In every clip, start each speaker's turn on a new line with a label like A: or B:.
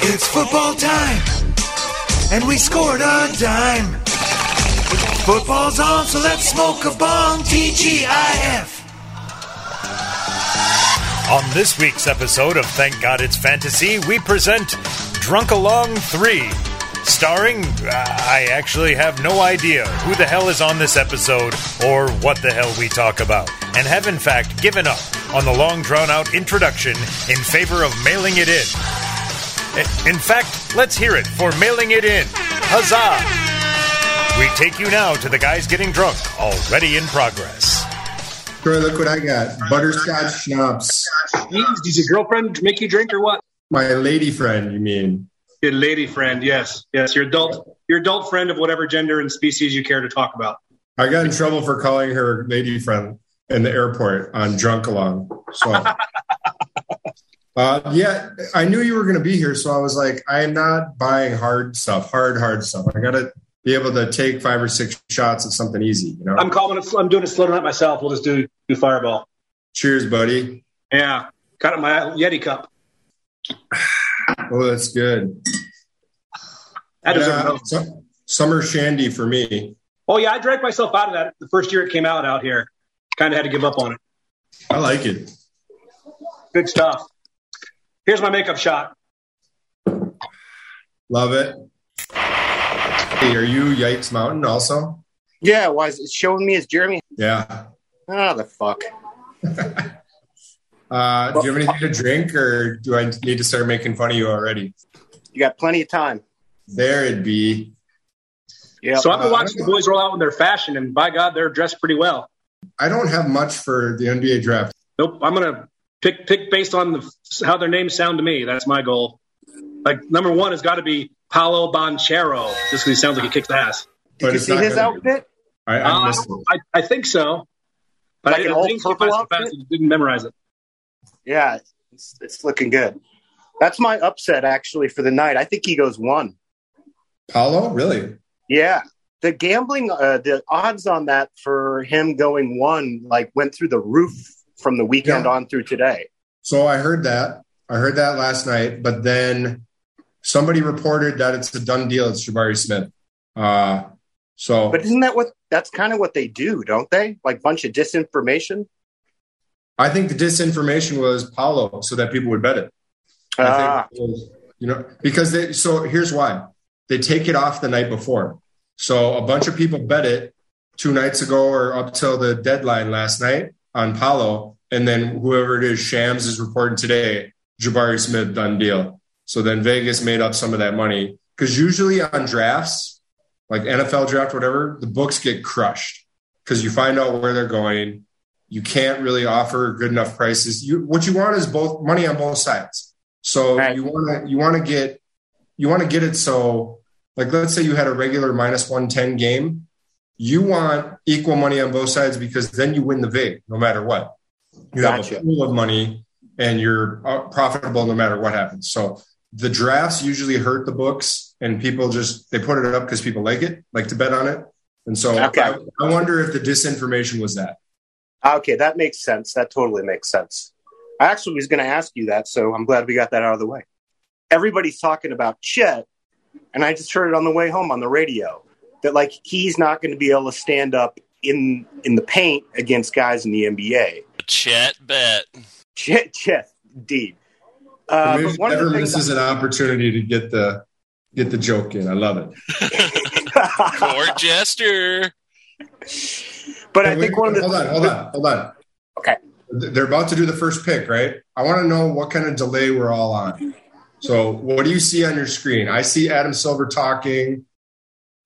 A: It's football time, and we scored a dime. Football's on, so let's smoke a bomb. TGIF.
B: On this week's episode of Thank God It's Fantasy, we present Drunk Along 3, starring. uh, I actually have no idea who the hell is on this episode or what the hell we talk about, and have in fact given up on the long drawn out introduction in favor of mailing it in. I- In fact, let's hear it for mailing it in. Huzzah! We take you now to the guys getting drunk, already in progress.
C: Troy, look what I got. Butterscotch schnapps.
D: Jeez, does your girlfriend make you drink or what?
C: My lady friend, you mean?
D: Your lady friend, yes, yes, your adult, your adult friend of whatever gender and species you care to talk about.
C: I got in trouble for calling her lady friend in the airport on drunk along. So, uh, yeah, I knew you were going to be here, so I was like, I am not buying hard stuff, hard hard stuff. I got to be able to take five or six shots of something easy. You know.
D: I'm calling it. I'm doing a slow night myself. We'll just do do fireball.
C: Cheers, buddy.
D: Yeah, got it. in My Yeti cup.
C: Oh, that's good.
D: That is
C: Yeah, su- summer shandy for me.
D: Oh yeah, I drank myself out of that the first year it came out out here. Kind of had to give up on it.
C: I like it.
D: Good stuff. Here's my makeup shot.
C: Love it. Hey, are you Yikes Mountain also?
E: Yeah, why is it showing me as Jeremy?
C: Yeah.
E: Ah, the fuck.
C: Uh, do you have anything to drink, or do I need to start making fun of you already?
E: You got plenty of time.
C: There it be.
E: Yeah.
D: So I've been watching the boys roll out in their fashion, and by God, they're dressed pretty well.
C: I don't have much for the NBA draft.
D: Nope, I'm gonna pick pick based on the, how their names sound to me. That's my goal. Like number one has got to be Paolo Banchero, just 'cause he sounds like he kicks ass.
C: but
E: Did you
C: it's
E: see
C: not
E: his
C: gonna be-
E: outfit?
C: I, I missed
D: Uh,
C: it.
D: I, I think so, but
E: Like
D: I, didn't,
E: an
D: I
E: old
D: didn't, see
E: purple
D: it so
E: outfit?
D: fast, I didn't memorize it.
E: Yeah, it's, it's looking good. That's my upset actually for the night. I think he goes one.
C: Paolo, really?
E: Yeah. The gambling, uh, the odds on that for him going one, like went through the roof from the weekend
C: Yeah.
E: on through today.
C: So I heard that. I heard that last night, but then somebody reported that it's a done deal. It's Jabari Smith. Uh, so
E: But isn't that what? That's kind of what they do, don't they? Like bunch of disinformation.
C: I think the disinformation was Paolo, so that people would bet it. I
E: Ah,
C: think, you know, because they, so here's why they take it off the night before. So a bunch of people bet it two nights ago or up till the deadline last night on Palo. And then whoever it is, Shams is reporting today, Jabari Smith done deal. So then Vegas made up some of that money because usually on drafts, like NFL draft, whatever, the books get crushed because you find out where they're going. You can't really offer good enough prices. You, what you want is both money on both sides. So
E: Right.
C: you want to you want to get you want to get it so like let's say you had a regular minus 110 game you want equal money on both sides because then you win the vig no matter what you
E: Gotcha.
C: have a pool of money and you're uh, profitable no matter what happens so the drafts usually hurt the books and people just they put it up because people like it like to bet on it and so
E: Okay.
C: I, I wonder if the disinformation was that
E: Okay, that makes sense. That totally makes sense. I actually was going to ask you that, so I'm glad we got that out of the way. Everybody's talking about Chet, and I just heard it on the way home on the radio that like he's not going to be able to stand up in in the paint against guys in the NBA.
F: Chet bet.
E: Chet, Chet, indeed. Uh,
C: Maybe
E: but one of the
C: everyone-
E: things
C: this is an opportunity to get the get the joke in i love it
F: Court jester.
E: but I
C: Wait, wait,
E: think one of the
C: hold on, hold on, hold on.
E: Okay.
C: Th- They're about to do the first pick, right? I want to know what kind of delay we're all on. So, what do you see on your screen? I see Adam Silver talking,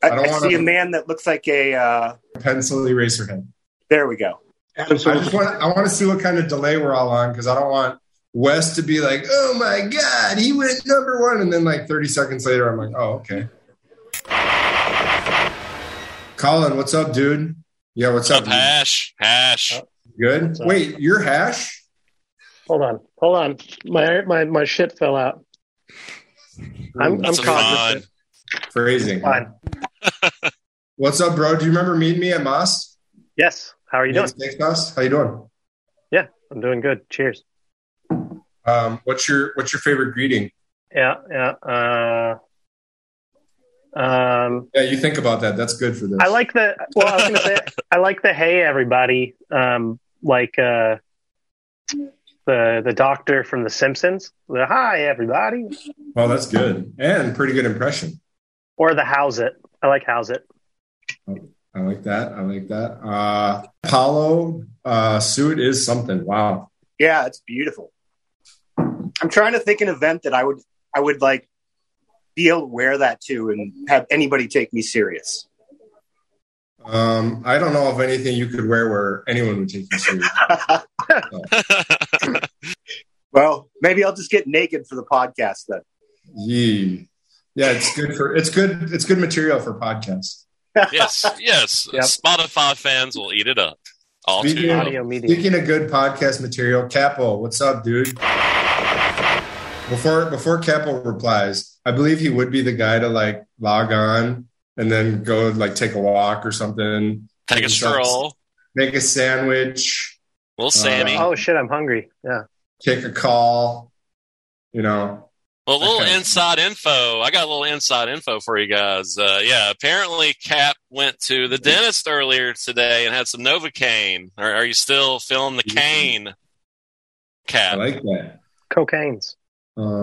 E: I,
C: I
E: I,
C: don't wanna-
E: see a man that looks like a. Uh,
C: pencil eraser him.
E: there we go.
D: Adam
C: I
D: Silver-
C: just want I want to see what kind of delay we're all on because I don't want Wes to be like, "Oh my god, he went number one," and then like 30 seconds later, I'm like, "Oh, okay." Colin, what's up, dude? Yeah, what's up?
F: Up
C: dude?
F: hash. Hash.
C: Good.
G: up?
C: Wait, you're hash.
G: Hold on, hold on. My my my shit fell out. I'm I'm
F: That's a
G: cognizant.
C: Phrasing.
G: Fine.
C: What's up, bro? Do you remember meeting me at Moss?
G: Yes. How are you doing?
C: Steak House? How you doing?
G: I'm doing good. Cheers.
C: Um, what's your What's your favorite greeting?
G: yeah, yeah. Uh, um,
C: Yeah, you think about that. That's good for this.
G: I like the well. I was gonna say I like the hey everybody, um, like uh, the the doctor from The Simpsons. The hi everybody,
C: Oh, that's good and pretty good impression.
G: or the how's it. I like how's it.
C: I like that. I like that. Uh, Apollo uh, suit is something. Wow.
E: Yeah, it's beautiful. I'm trying to think an event that I would I would like be able to wear that to and have anybody take me serious.
C: Um, I don't know of anything you could wear where anyone would take you serious.
E: well, maybe I'll just get naked for the podcast then.
C: Yee. Yeah, it's good for it's good it's good material for podcasts.
F: yes, yes.
G: Yep.
F: Spotify fans will eat it up. All
C: Speaking
F: too.
C: of-
G: Audio media.
C: Speaking of good podcast material, Capo, what's up, dude? Before before Capo replies, I believe he would be the guy to like log on and then go like take a walk or something,
F: Take a stroll.
C: make a sandwich,
F: Well, Sammy.
G: Oh shit, I'm hungry. Yeah.
C: take a call, you know.
F: Well, a little
C: Okay.
F: inside info. I got a little inside info for you guys. Uh, yeah, apparently Cap went to the dentist earlier today and had some Novocaine. Are, are you still feeling the cane,
C: I
F: Cap?
C: like that.
G: Cocaine's.
C: Uh,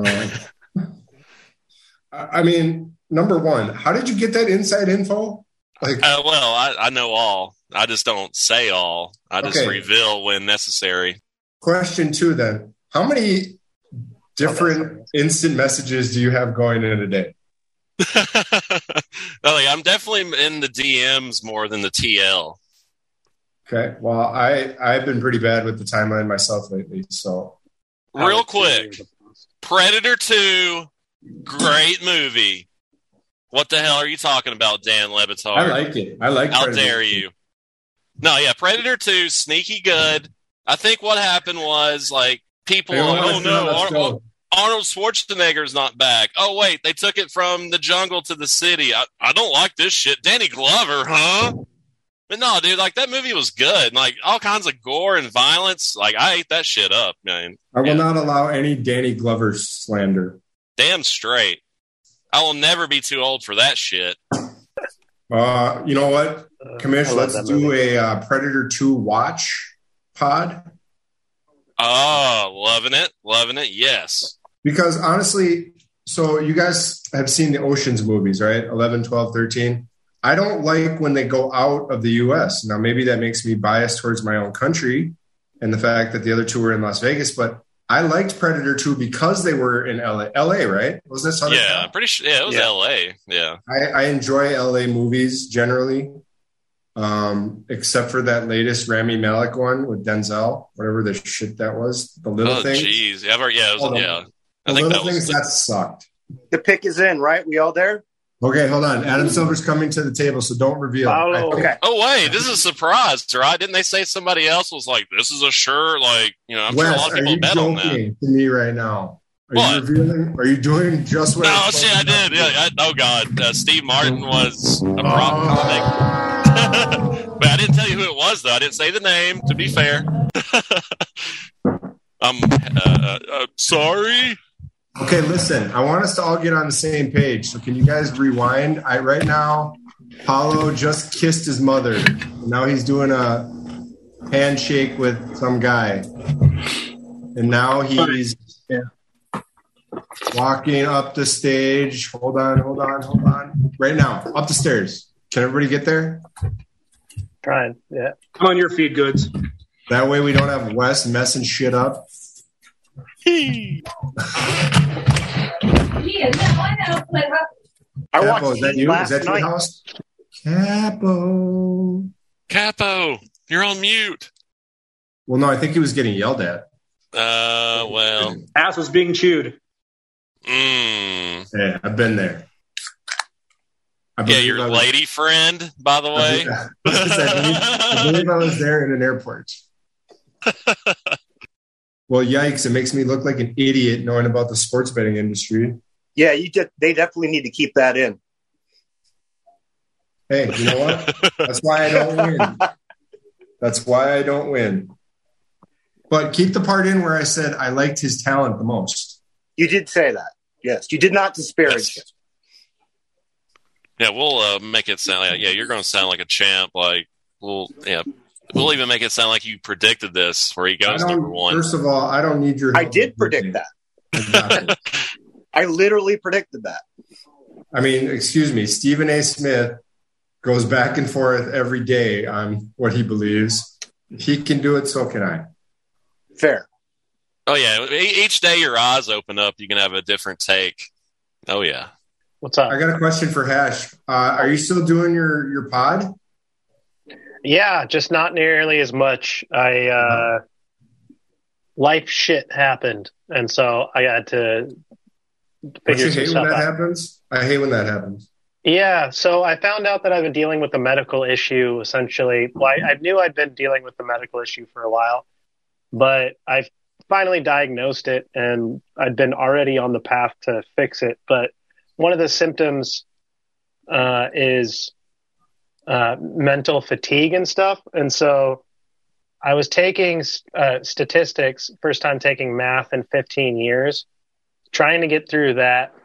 C: I I mean, number one, how did you get that inside info? Like,
F: Uh, well, I, I know all. I just don't say all. I just
C: Okay.
F: reveal when necessary.
C: question two, then, how many different instant messages do you have going in a day?
F: No, like, I'm definitely in the DMs more than the TL.
C: Okay, well, I I've been pretty bad with the timeline myself lately, so
F: Real quick, Predator 2, great movie. What the hell are you talking about, Dan Levitar?
C: I like it. I like.
F: How
C: Predator.
F: dare you? No, yeah, Predator 2, sneaky good. I think what happened was like people,
C: I don't
F: like,
C: wanna
F: oh
C: see how
F: no,
C: that's
F: Ar-
C: going.
F: Arnold Schwarzenegger's not back. Oh wait, they took it from the jungle to the city. I, I don't like this shit. Danny Glover, huh? But no, dude, like that movie was good. Like all kinds of gore and violence. Like I ate that shit up, man.
C: I will
F: Yeah.
C: not allow any Danny Glover slander.
F: Damn straight. I will never be too old for that shit.
C: Uh, you know what,
G: Uh, I
C: Commish?
G: love
C: Let's
G: that
C: do
G: movie.
C: a uh, Predator Two watch pod.
F: Oh, loving it, loving it. Yes.
C: because honestly so you guys have seen the oceans movies right 11 12 13 i don't like when they go out of the us now maybe that makes me biased towards my own country and the fact that the other two were in las vegas but i liked predator 2 because they were in la la right was that Southern
F: Yeah, I'm
C: Cal?
F: pretty sure. Yeah, it was
G: Yeah.
F: L.A. Yeah.
C: I, I enjoy la movies generally um, except for that latest rami malik one with denzel whatever the shit that was the little
F: Oh,
C: thing
F: jeez. Yeah, I've already- yeah, it was-
C: Hold on.
F: yeah. I
C: the
F: think
C: little
F: that
C: things
F: was.
C: that sucked
E: The pick is in, right? We all there?
C: Okay, hold on. Adam Silver's coming to the table, so don't reveal.
G: Paolo.
E: Okay.
F: Oh wait, this is a surprise, right? Didn't they say somebody else was like, "This is a sure," like you know? I'm sure a
C: Wes,
F: lot of
C: are
F: people
C: you
F: bet on that.
C: joking to me right now? Are
F: What?
C: you revealing? Are you doing just what?
F: No, oh,
C: told
F: shit, I
C: you not
F: did. Yeah,
C: to
F: I, oh god, uh, Steve Martin was a
C: do?
F: problem. I
C: Oh,
F: think. but I didn't tell you who it was, though. I didn't say the name. To be fair, I'm uh, uh, sorry.
C: okay, listen. I want us to all get on the same page. So can you guys rewind? I right now, Paolo just kissed his mother. Now he's doing a handshake with some guy, and now he's walking up the stage. Hold on, hold on, hold on. Right now, up the stairs. Can everybody get there?
G: Trying. Yeah.
D: I'm on your feed, goods.
C: That way we don't have Wes messing shit up.
E: I
C: Capo,
E: watched
C: Oh, is that
E: Heat
C: you? Is
E: last
C: that your
E: night.
C: house? Capo.
F: Capo, you're on mute.
C: Well, no, I think he was getting yelled at.
F: Uh, well,
D: Ass was being chewed.
F: mm.
C: Yeah, I've been there. I
F: yeah,
C: believe I
F: your
C: was-
F: lady friend, by the
C: I
F: way.
C: believe, I believe- I believe I was there in an airport. well, yikes! It makes me look like an idiot knowing about the sports betting industry.
E: Yeah, you de- they definitely need to keep that in.
C: Hey, you know what? That's why I don't win. That's why I don't win. But keep the part in where I said I liked his talent the most.
E: You did say that. Yes, you did not disparage
F: Yes. Yeah, we'll uh, make it sound. Like, yeah, you're going to sound like a champ. Like we'll yeah, we'll even make it sound like you predicted this, where he
C: I
F: goes
C: don't-
F: number one.
C: First of all, I don't need your.
E: him. I
C: help.
E: did predict that.
C: Exactly.
E: I literally predicted that.
C: I mean, excuse me, Stephen A. Smith goes back and forth every day on what he believes. He can do it, so can I.
E: Fair.
F: Oh yeah, E- each day your eyes open up, you can have a different take. Oh yeah,
G: What's up?
C: I got a question for Hash. Uh, are you still doing your your pod?
G: Yeah, just not nearly as much. I uh, life shit happened, and so I had to
C: Don't
G: figure
C: you
G: some
C: hate when
G: stuff
C: that
G: out.
C: happens? I hate when that happens.
G: Yeah, so I found out that I've been dealing with a medical issue essentially. Well, I, I knew I'd been dealing with the medical issue for a while, but I finally diagnosed it and I'd been already on the path to fix it. But one of the symptoms uh, is uh, mental fatigue and stuff. And so I was taking uh, statistics, first time taking math in 15 years, trying to get through that.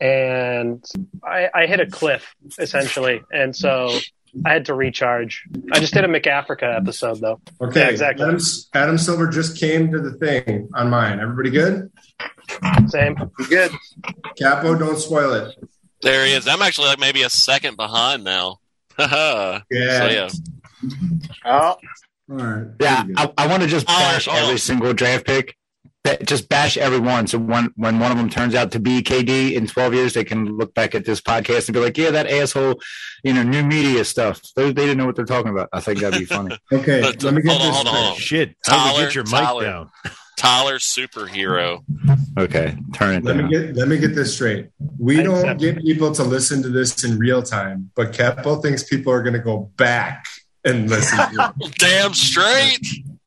G: And I, I hit a cliff essentially, and so I had to recharge. I just did a McAfrica episode though.
C: Okay,
G: Yeah, exactly.
C: Adam, Adam Silver just came to the thing on mine. Everybody good?
G: Same.
E: You good?
C: Capo, don't spoil it.
F: there he is. I'm actually like maybe a second behind now. so
C: Yeah.
F: yeah,
E: Oh,
C: All right.
H: Yeah,
C: Pretty good.
H: I, I want to just
F: Oh,
H: bash
F: oh.
H: every single draft pick. Ba- Just bash everyone. So when when one of them turns out to be KD in twelve years, they can look back at this podcast and be like, "Yeah, that asshole, you know, new media stuff. They, they didn't know what they're talking about." I think that'd be funny.
C: Okay,
F: But,
C: let me get
F: hold on,
C: this.
F: hold
C: straight.
F: on, hold on.
B: Shit, Tyler,
F: Tyler,
B: get your mic
F: Tyler.
B: down.
F: Tyler superhero.
H: okay, turn it
C: Let me
H: down.
C: get let me get this straight. We
G: I
C: don't
G: accept
C: get people to listen to this in real time, but Capo thinks people are going to go back and listen. to it.
F: Damn straight.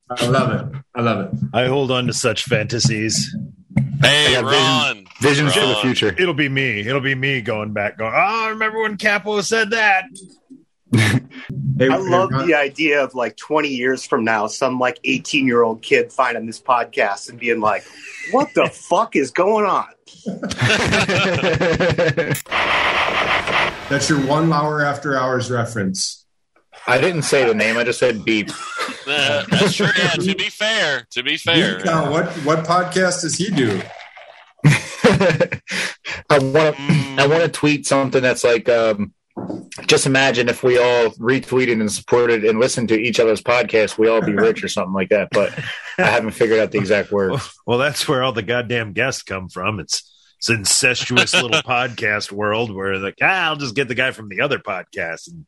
C: I love it. I love it.
B: I hold on to such fantasies.
F: Hey,
H: I got
F: Ron.
H: Visions for the
F: Ron.
H: future.
B: It'll be me. It'll be me going back, going, oh, remember when Capo said that?
C: Hey,
E: I love
C: hey, Ron,
E: the idea of like 20 years from now, some like 18 year old kid finding this podcast and being like, what the fuck is going on?
C: that's your one hour after hours reference.
H: I didn't say the name. I just said beep.
F: Uh, that's true. Yeah, to be fair, to be fair.
C: Now, what what podcast does he do?
H: I want to. I want to tweet something that's like, um, just imagine if we all retweeted and supported and listened to each other's podcasts, we all be rich or something like that. But I haven't figured out the exact word.
B: Well, that's where all the goddamn guests come from. It's it's an incestuous little podcast world where like, ah, I'll just get the guy from the other podcast, and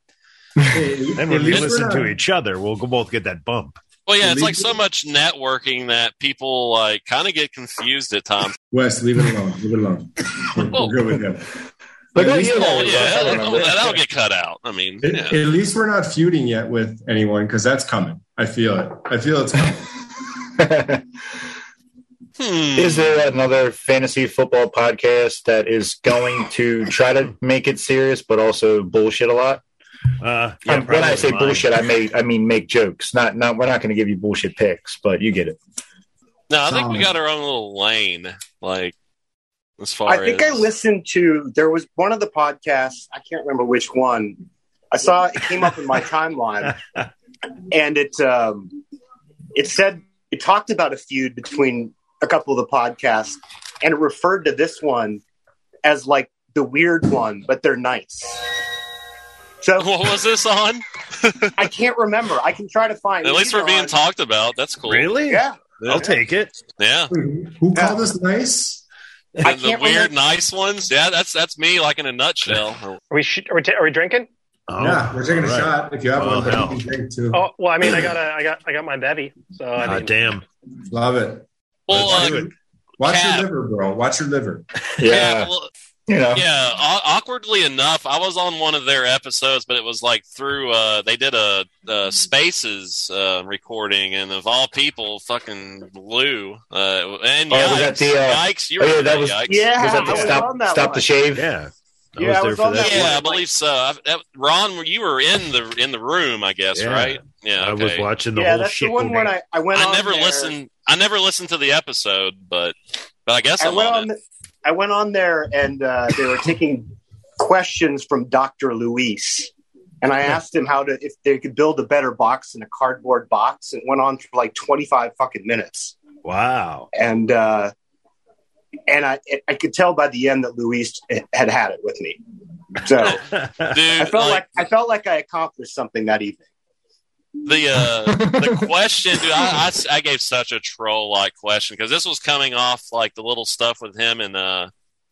C: Hey,
B: then when
C: at
B: we
C: least we're
B: listen to
C: not-
B: each other, we'll both get that bump.
F: Well, yeah, it's like so much networking that people like kind of get confused at times.
C: Wes, leave it alone. Leave it alone. We're, we're good with him.
H: Look at
C: least-
H: you,
F: Oh,
H: Larry.
F: yeah,
H: I
F: that'll,
H: remember.
F: that'll get cut out. I mean,
C: At,
F: yeah.
C: at least we're not feuding yet with anyone because that's coming. I feel it. I feel it's coming.
F: Hmm.
H: is there another fantasy football podcast that is going to try to make it serious but also bullshit a lot?
B: Uh, yeah,
H: Um, when I
B: probably
H: say
B: mine.
H: bullshit, I may I mean make jokes. Not not we're not going to give you bullshit picks, but you get it.
F: No, I think
C: Solid.
F: we got our own little lane. Like as far
E: I think
F: as
E: I listened to, there was one of the podcasts, I can't remember which one. I saw it came up in my timeline and it, um, it said, it talked about a feud between a couple of the podcasts and it referred to this one as like the weird one, but they're nice. So
F: what was this on?
E: I can't remember. I can try to find.
F: At least
E: These
F: we're
E: are
F: being
E: on-
F: talked about. That's cool.
B: Really?
E: Yeah,
B: I'll take it.
F: Yeah.
C: Wait, Who called us nice?
E: I
F: And the
E: can't
F: weird,
E: remember-
F: nice ones. Yeah, that's that's me, like in a nutshell.
G: Are we sh- are we, t- are we drinking?
B: Oh,
C: yeah, we're taking a
B: all right.
C: shot. If you have
B: Well,
C: one, but
B: hell.
C: you can drink too.
G: Oh well, I mean, I got a, I got I got my bevy, so I
B: Ah,
G: mean,
B: damn.
C: Love it.
F: Well,
B: Let's
F: uh,
B: do it.
C: Watch
F: Cap.
C: your liver, bro. Watch your liver.
H: Yeah,
F: well,
H: you know.
F: yeah aw- awkwardly enough i was on one of their episodes but it was like through uh they did a, uh spaces uh recording and of all people fucking lou uh and
H: Oh,
F: yikes,
H: was that the, uh,
F: yikes you
H: oh,
F: were
H: yeah,
F: yeah,
H: that was-
F: yikes.
E: Yeah,
H: Was that the
E: I was
H: stop
E: on that
H: stop
E: one.
H: the shave?
B: Yeah. I
E: Yeah, I
B: was
E: was
B: there
E: on
B: for that.
E: that
F: yeah i believe so I, that, ron you were in the in the room i guess
B: Yeah.
F: right yeah
B: I was
F: okay.
B: watching the
E: yeah,
B: whole
E: that's
B: shit.
E: the one when I, I went.
F: i
E: on
F: never
E: there.
F: listened i never listened to the episode but but i guess
E: I
F: i'm
E: went
F: on
E: on.
F: it.
E: The, I went on there and uh, they were taking questions from Dr. Luis. And I asked him how to if they could build a better box in a cardboard box. It went on for like 25 fucking minutes.
B: Wow.
E: And uh, and I I could tell by the end that Luis had had it with me. So
F: Dude,
E: I felt
F: Oh, like-
E: like I felt like I accomplished something that evening.
F: the uh the question dude I, I s- I gave such a troll like question because this was coming off like the little stuff with him and uh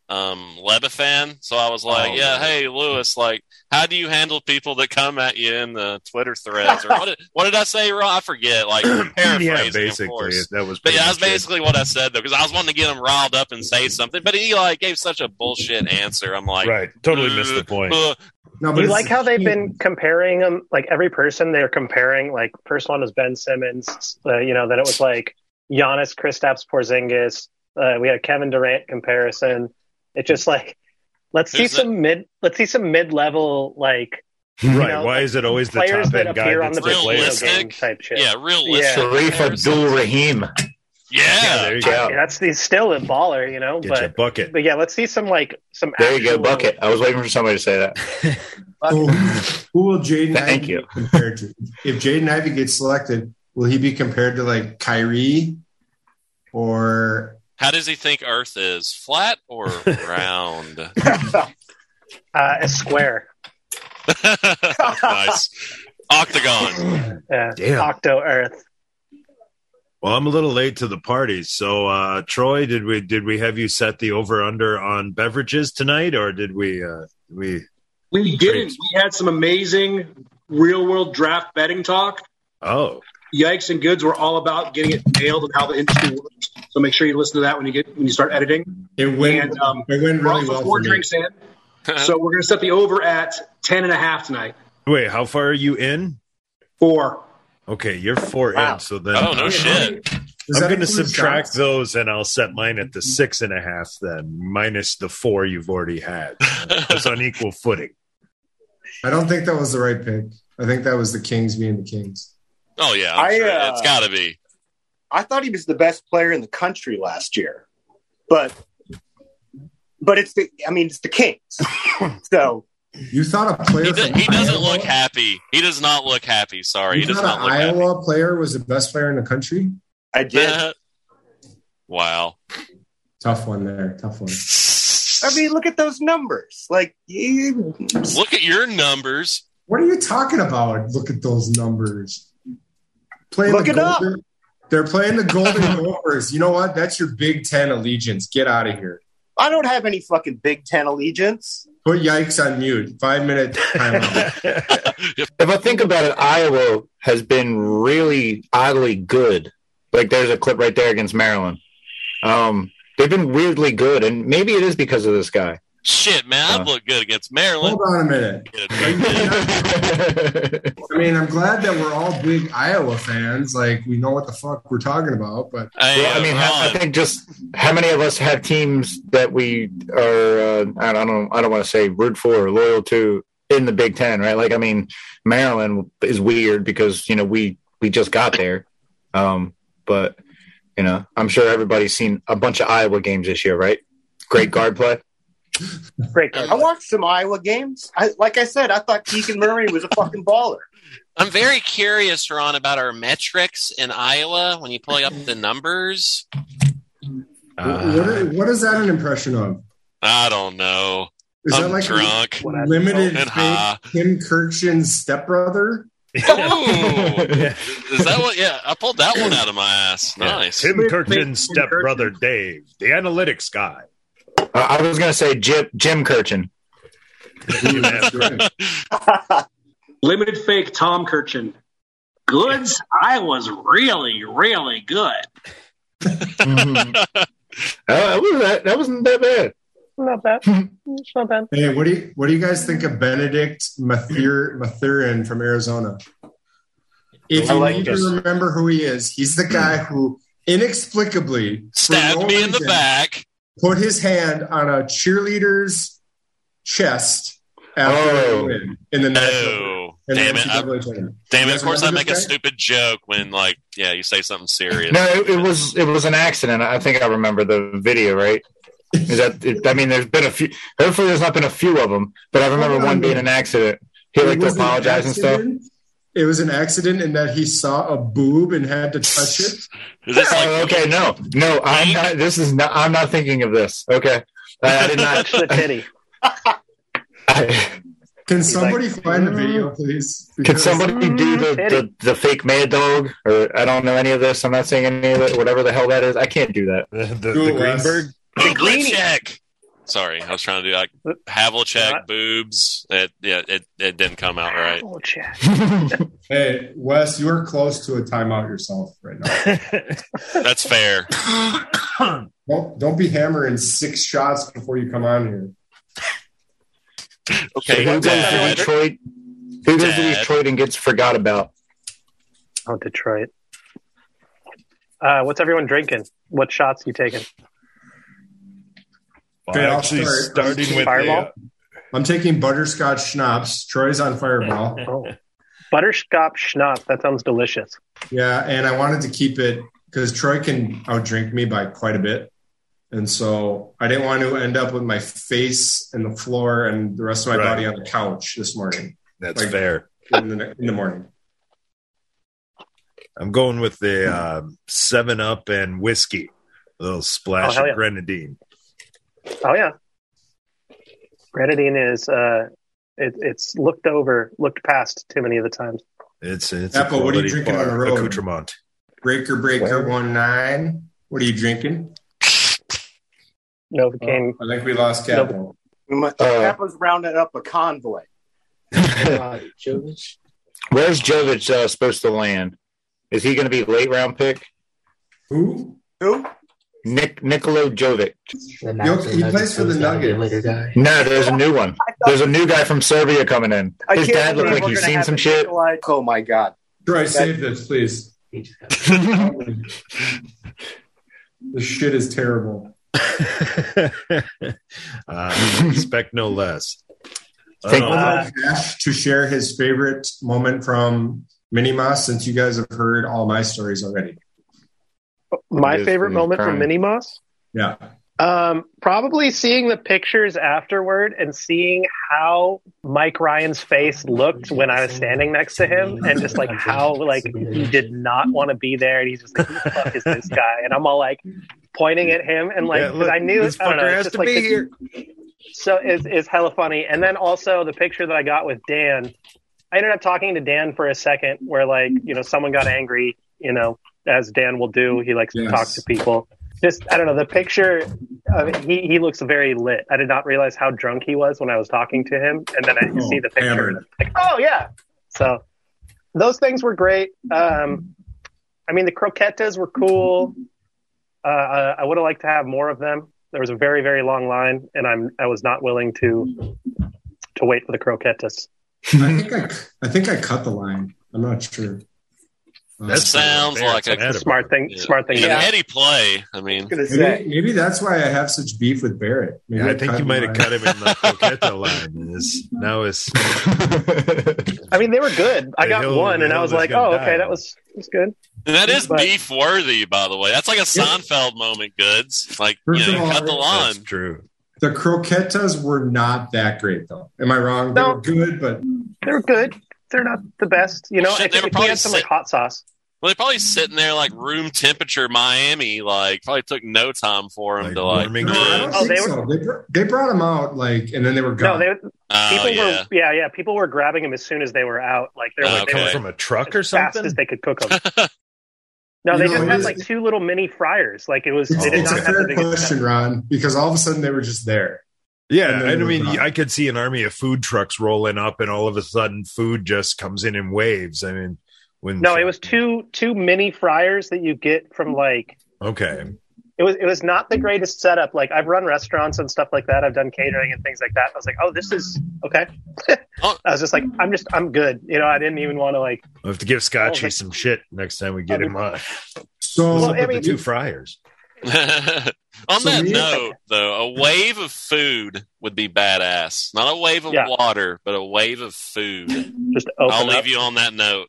F: um Lebefan. so i was like
B: Oh,
F: yeah
B: man.
F: hey lewis like how do you handle people that come at you in the twitter threads or what did, what did i say wrong i forget like paraphrasing
B: yeah,
F: of
B: basically,
F: course
B: that was.
F: but yeah
B: pretty
F: that's
B: much it.
F: basically what i said though because i was wanting to get him riled up and say something but he like gave such a bullshit answer i'm like
B: right. Totally missed the point.
F: "Uh,
C: No,
G: you
C: it's-
G: like how they've been comparing them? Like every person they're comparing. Like first one was Ben Simmons. Uh, you know, then it was like Giannis, Kristaps, Porzingis. Uh, we had Kevin Durant comparison. It just like let's see
F: Who's that?
G: some mid. Let's see some mid level like
B: Right.
G: know,
B: Why is it always the
G: players
B: top
G: that
B: end guy
G: appear on
B: that's
G: the
B: the
G: big
B: player?
G: video
F: Realistic.
G: game type shit.
F: yeah realistic
G: Yeah.
H: Sharif Abdul Rahim.
B: Yeah,
F: yeah
B: there you
H: Yeah.
B: go.
G: Yeah, that's he's still a baller, you know.
B: Get your
G: but
B: bucket.
G: but yeah, let's see some like some.
H: There you go,
G: actual-
H: bucket. I was waiting for somebody to say that.
C: who, who will Jaden
H: Thank
C: Ivey
H: you.
C: be compared to? If Jaden Ivey gets selected, will he be compared to like Kyrie or
F: How does he think Earth is flat or round?
G: Uh, a square,
F: nice. Octagon.
G: uh,
B: Damn.
G: octo Earth.
B: Well, I'm a little late to the party, so uh, Troy, did we did we have you set the over under on beverages tonight, or did we uh, we?
D: We didn't. We had some amazing real world draft betting talk.
B: Oh,
D: Yikes and Goods were all about getting it nailed and how the industry works. So make sure you listen to that when you get when you start editing.
C: it went
D: And, um,
C: it went
D: We're
C: really
D: also
C: well
D: four
C: for me.
D: drinks in. So we're going to set the over at 10 and a half tonight.
B: wait, how far are you in?
D: Four.
B: Okay, you're four
E: Wow.
B: in. So then,
F: oh no shit.
C: Does
B: I'm
C: that
B: going to
C: include
B: subtract
C: shots?
B: those, and I'll set mine at the six and a half. Then minus the four you've already had. It's on equal footing.
C: I don't think that was the right pick. I think that was the Kings being the Kings.
F: oh yeah, I'm
E: I,
F: sure.
E: uh,
F: it's got to be.
E: I thought he was the best player in the country last year, but but it's the I mean it's the Kings, so
C: You thought a player
F: He, do-
C: from
F: he doesn't
C: Iowa-
F: look happy. He does not look happy. Sorry, he
C: You
F: does
C: thought
F: not
C: an
F: look happy.
C: Iowa player was the best player in the country?
E: I did.
F: wow.
C: Tough one there. Tough one.
E: I mean, look at those numbers. Like, you,
F: Look at your numbers.
C: What are you talking about? Look at those numbers. Playing
E: Look
C: the
E: it up.
C: golden, They're playing the Golden Gophers. You know what? That's your Big Ten allegiance. Get out of here.
E: I don't have any fucking Big Ten allegiance.
C: Put yikes on mute. Five minute timeout.
H: If I think about it, Iowa has been really oddly good. Like there's a clip right there against Maryland. Um, they've been weirdly good, and maybe it is because of this guy.
F: Shit, man, I'd look good against Maryland.
C: Hold on a minute.
F: Get
C: Are
F: it.
C: you- I mean, I'm glad that we're all big Iowa fans. Like, we know what the fuck we're talking about, but
F: Hey,
H: Well, I mean, I, I
F: Ron,
H: think just how many of us have teams that we are? Uh, I don't know. I don't want to say root for or loyal to in the Big Ten, right? Like, I mean, Maryland is weird because you know we we just got there, um, but you know, I'm sure everybody's seen a bunch of Iowa games this year, right? Great guard play.
G: Great guard.
E: I watched some Iowa games. I, like I said, I thought Keegan Murray was a fucking baller.
F: I'm very curious, Ron, about our metrics in Iowa when you pull up the numbers. Uh,
C: wh- what, are- what is that an impression of?
F: I don't know.
C: Is
F: I'm
C: that like
F: drunk.
C: a limited
F: And
C: fake
F: high.
C: Kim Kirchen's stepbrother?
F: Ooh. Is that what? Yeah, I pulled that one out of my ass. Nice.
B: Tim
D: Wait, wait,
B: Kirchen's
D: Tim Kirchin.
B: stepbrother Dave, the analytics guy.
H: I I was gonna say Jim, Jim Kirchin.
C: Ooh, that's right.
D: Limited fake Tom Kirchin. Goods, I was really, really good.
H: Mhm. Uh, it was that, that wasn't that bad.
G: Not bad. It's not bad.
C: Hey, what do you what do you guys think of Benedict Mathurin, Mathurin from Arizona? If
H: I
C: you
H: like
C: need
H: this.
C: to remember who he is, he's the guy who inexplicably for
F: Stabbed
C: no
F: me in the
C: reason,
F: back.
C: put his hand on a cheerleader's chest after a
H: Oh.
C: win in the national
F: Oh,
C: in the
F: damn it! I,
C: NCAA tournament.
F: damn it!
C: You
F: Of
C: guys
F: course, I
C: remember
F: make a
C: this guy?
F: stupid joke when, like, yeah, you say something serious.
H: No, it, it was it was an accident. I think I remember the video, right? Is that? I mean, there's been a few. Hopefully, there's not been a few of them, but I remember
C: Hold on,
H: one being
C: man.
H: an accident. He
C: It
H: like to
C: was an
H: apologize and stuff.
C: accident. It was an accident in that he saw a boob and had to touch it.
F: Is this like
H: Oh, okay, no, no, I'm not. This is not. I'm not thinking of this. Okay, I, I did
G: Touch
H: not.
G: the titty.
H: I,
C: Can somebody find the video, please?
H: Can
C: Because-
H: somebody
C: Mm-hmm.
H: do the, the, the fake mad dog? Or I don't know any of this. I'm not saying any of it. Whatever the hell that is, I can't do that.
B: The, the,
C: Do
B: the
C: it, Wes.
B: Greenberg?
F: Havlicek. Sorry, I was trying to do like Havlicek boobs. It, yeah, it, it didn't come out right.
G: Oh, Jack.
C: Hey, Wes, you are close to a timeout yourself right now.
F: That's fair.
C: don't, don't be hammering six shots before you come on here.
F: Okay,
H: who goes to
F: Dad.
H: Detroit? Who goes to
F: Dad.
H: Detroit and gets forgot about?
G: Oh, Detroit. Uh, what's everyone drinking? What shots you taking?
B: Well,
C: Okay, I'll
B: actually,
C: start.
B: starting with uh,
G: Fireball?
C: I'm taking butterscotch schnapps. Troy's on fireball.
G: Oh, butterscotch schnapps. That sounds delicious.
C: Yeah, and I wanted to keep it because Troy can outdrink me by quite a bit. And so I didn't want to end up with my face in the floor and the rest of my
B: Right.
C: body on the couch this morning
B: That's
C: Like-
B: fair.
C: in the, in the morning.
B: I'm going with the uh, Seven Up and whiskey. A little
G: Oh,
B: splash
G: hell
B: of
G: yeah.
B: grenadine.
G: Oh yeah, grenadine is uh, it, it's looked over, looked past too many of the times.
B: It's it's
C: Apple, what are
B: quality
C: you drinking on
B: bar
C: the road?
B: Accoutrement.
C: Breaker Breaker one nine. What are you drinking?
H: Oh.
G: Novocaine.
C: I think we lost Capo.
E: We must-
H: Uh,
E: Papa's rounded up a convoy.
H: Where's Jovic uh, supposed to land? Is he going to be late round pick?
C: Who?
E: Who?
H: Nick Nicolo Jovic.
C: he plays for the Nuggets.
H: No, there's a new one. There's a new guy from Serbia coming in.
E: I
H: His
E: can't
H: dad looked
E: believe
H: like
E: we're
H: he's
E: gonna
H: seen
E: have
H: some
E: to
H: shit.
E: Nikolai- Oh my god!
C: Troy, save this, please. This shit is terrible.
B: uh, expect no less.
H: Thank-
B: Uh,
C: Omar Cash to share his favorite moment from Minima, since you guys have heard all my stories already.
H: It
G: My
H: is
G: favorite
H: really
G: moment from
H: crying.
G: Minnie Mouse.
C: Yeah.
G: Um, probably seeing the pictures afterward and seeing how Mike Ryan's face looked when I was standing next to him, and just like how like he did not want to be there, and he's just like, "Who the fuck is this guy?" And I'm all like pointing at him, and like
B: yeah,
G: 'cause
B: look,
G: I knew
B: this
G: I don't know,
B: fucker
G: it's
B: has
G: just
B: to
G: like
B: be
G: the-
B: here.
G: so is is hella funny. And then also the picture that I got with Dan, I ended up talking to Dan for a second, where like you know someone got angry, you know, as Dan will do. He likes
C: Yes.
G: to talk to people. Just I don't know the picture. I mean, he he looks very lit. I did not realize how drunk he was when I was talking to him, and then I
C: Oh,
G: see the picture.
C: hammered.
G: and I'm Like oh yeah, so those things were great. Um, I mean the croquettes were cool. Uh, I, I would have liked to have more of them. There was a very very long line, and I'm I was not willing to to wait for the croquettes.
C: I think I, I think I cut the line. I'm not sure. Uh,
B: That's
F: Sounds like a
B: Mad about
G: Smart thing,
F: Yeah.
G: smart thing.
F: It's
G: to
F: An
G: do.
F: Eddie play. I mean,
E: I was gonna
C: maybe,
E: say
C: maybe that's why I have such beef with Barrett. Maybe
B: Yeah, I think
C: cut
B: you
C: the
B: might have
C: line.
B: cut him in the coquetto line. It's, now it's
G: I mean, they were good. I
B: The
G: got
B: hill-
G: one,
B: the
G: and I
B: hill
G: was
B: is
G: like,
B: gonna
G: oh,
B: die.
G: okay, that was was good.
F: and that is
G: But-
F: beef worthy, by the way. That's like a Seinfeld moment, goods. Like, you
C: First
F: know,
C: of all,
F: you cut the lawn.
B: that's true.
F: Uh,
C: the croquetas were not that great though. Am I wrong?
G: No.
C: They were good, but
G: They were good. They're not the best, you know.
F: Shit,
G: I
F: they
G: think
F: were
G: if you
F: probably
G: had some like
F: sick.
G: hot sauce,
F: Well, they're probably sitting there like room temperature Miami. Like, probably took no time for him
B: Like,
F: to like.
B: warming
C: No, I don't
F: uh,
G: Oh,
C: think
G: they
C: so. They, br- they brought them out like, and then they were
G: no,
C: gone.
G: they
F: Oh
G: people
F: yeah.
G: were yeah yeah people were grabbing them as soon as they were out. Like they're
F: Oh,
G: like,
F: okay.
G: they
B: Come
G: were
B: from a truck or
G: as fast
B: something?
G: as they could cook them. No,
C: You
G: they
C: know,
G: just
C: it
G: had
C: is-
G: like two little mini fryers. Like it was,
C: it's
G: they did
C: it's
G: not
C: a
G: have the
C: fair
G: biggest.
C: question, Ron, because all of a sudden they were just there.
B: Yeah,
C: And then
B: I
C: it was
B: mean,
C: gone.
B: I could see an army of food trucks rolling up, and all of a sudden, food just comes in in waves. I mean, when
G: No, it was two two mini fryers that you get from like
B: okay.
G: it was it was not the greatest setup. Like I've run restaurants and stuff like that. I've done catering and things like that. I was like, oh, this is okay.
F: Oh.
G: I was just like, I'm just I'm good. You know, I didn't even want to like.
B: I have to give Scotchy
G: Oh,
B: some shit next time we get
G: I
B: him on.
C: So
B: What's up
G: I
B: with
G: mean-
B: the two fryers?
F: On
C: So
F: that
C: we-
F: note, though, a wave of food would be badass. Not a wave of
G: Yeah.
F: water, but a wave of food.
G: Just open
F: I'll
G: up.
F: leave you on that note.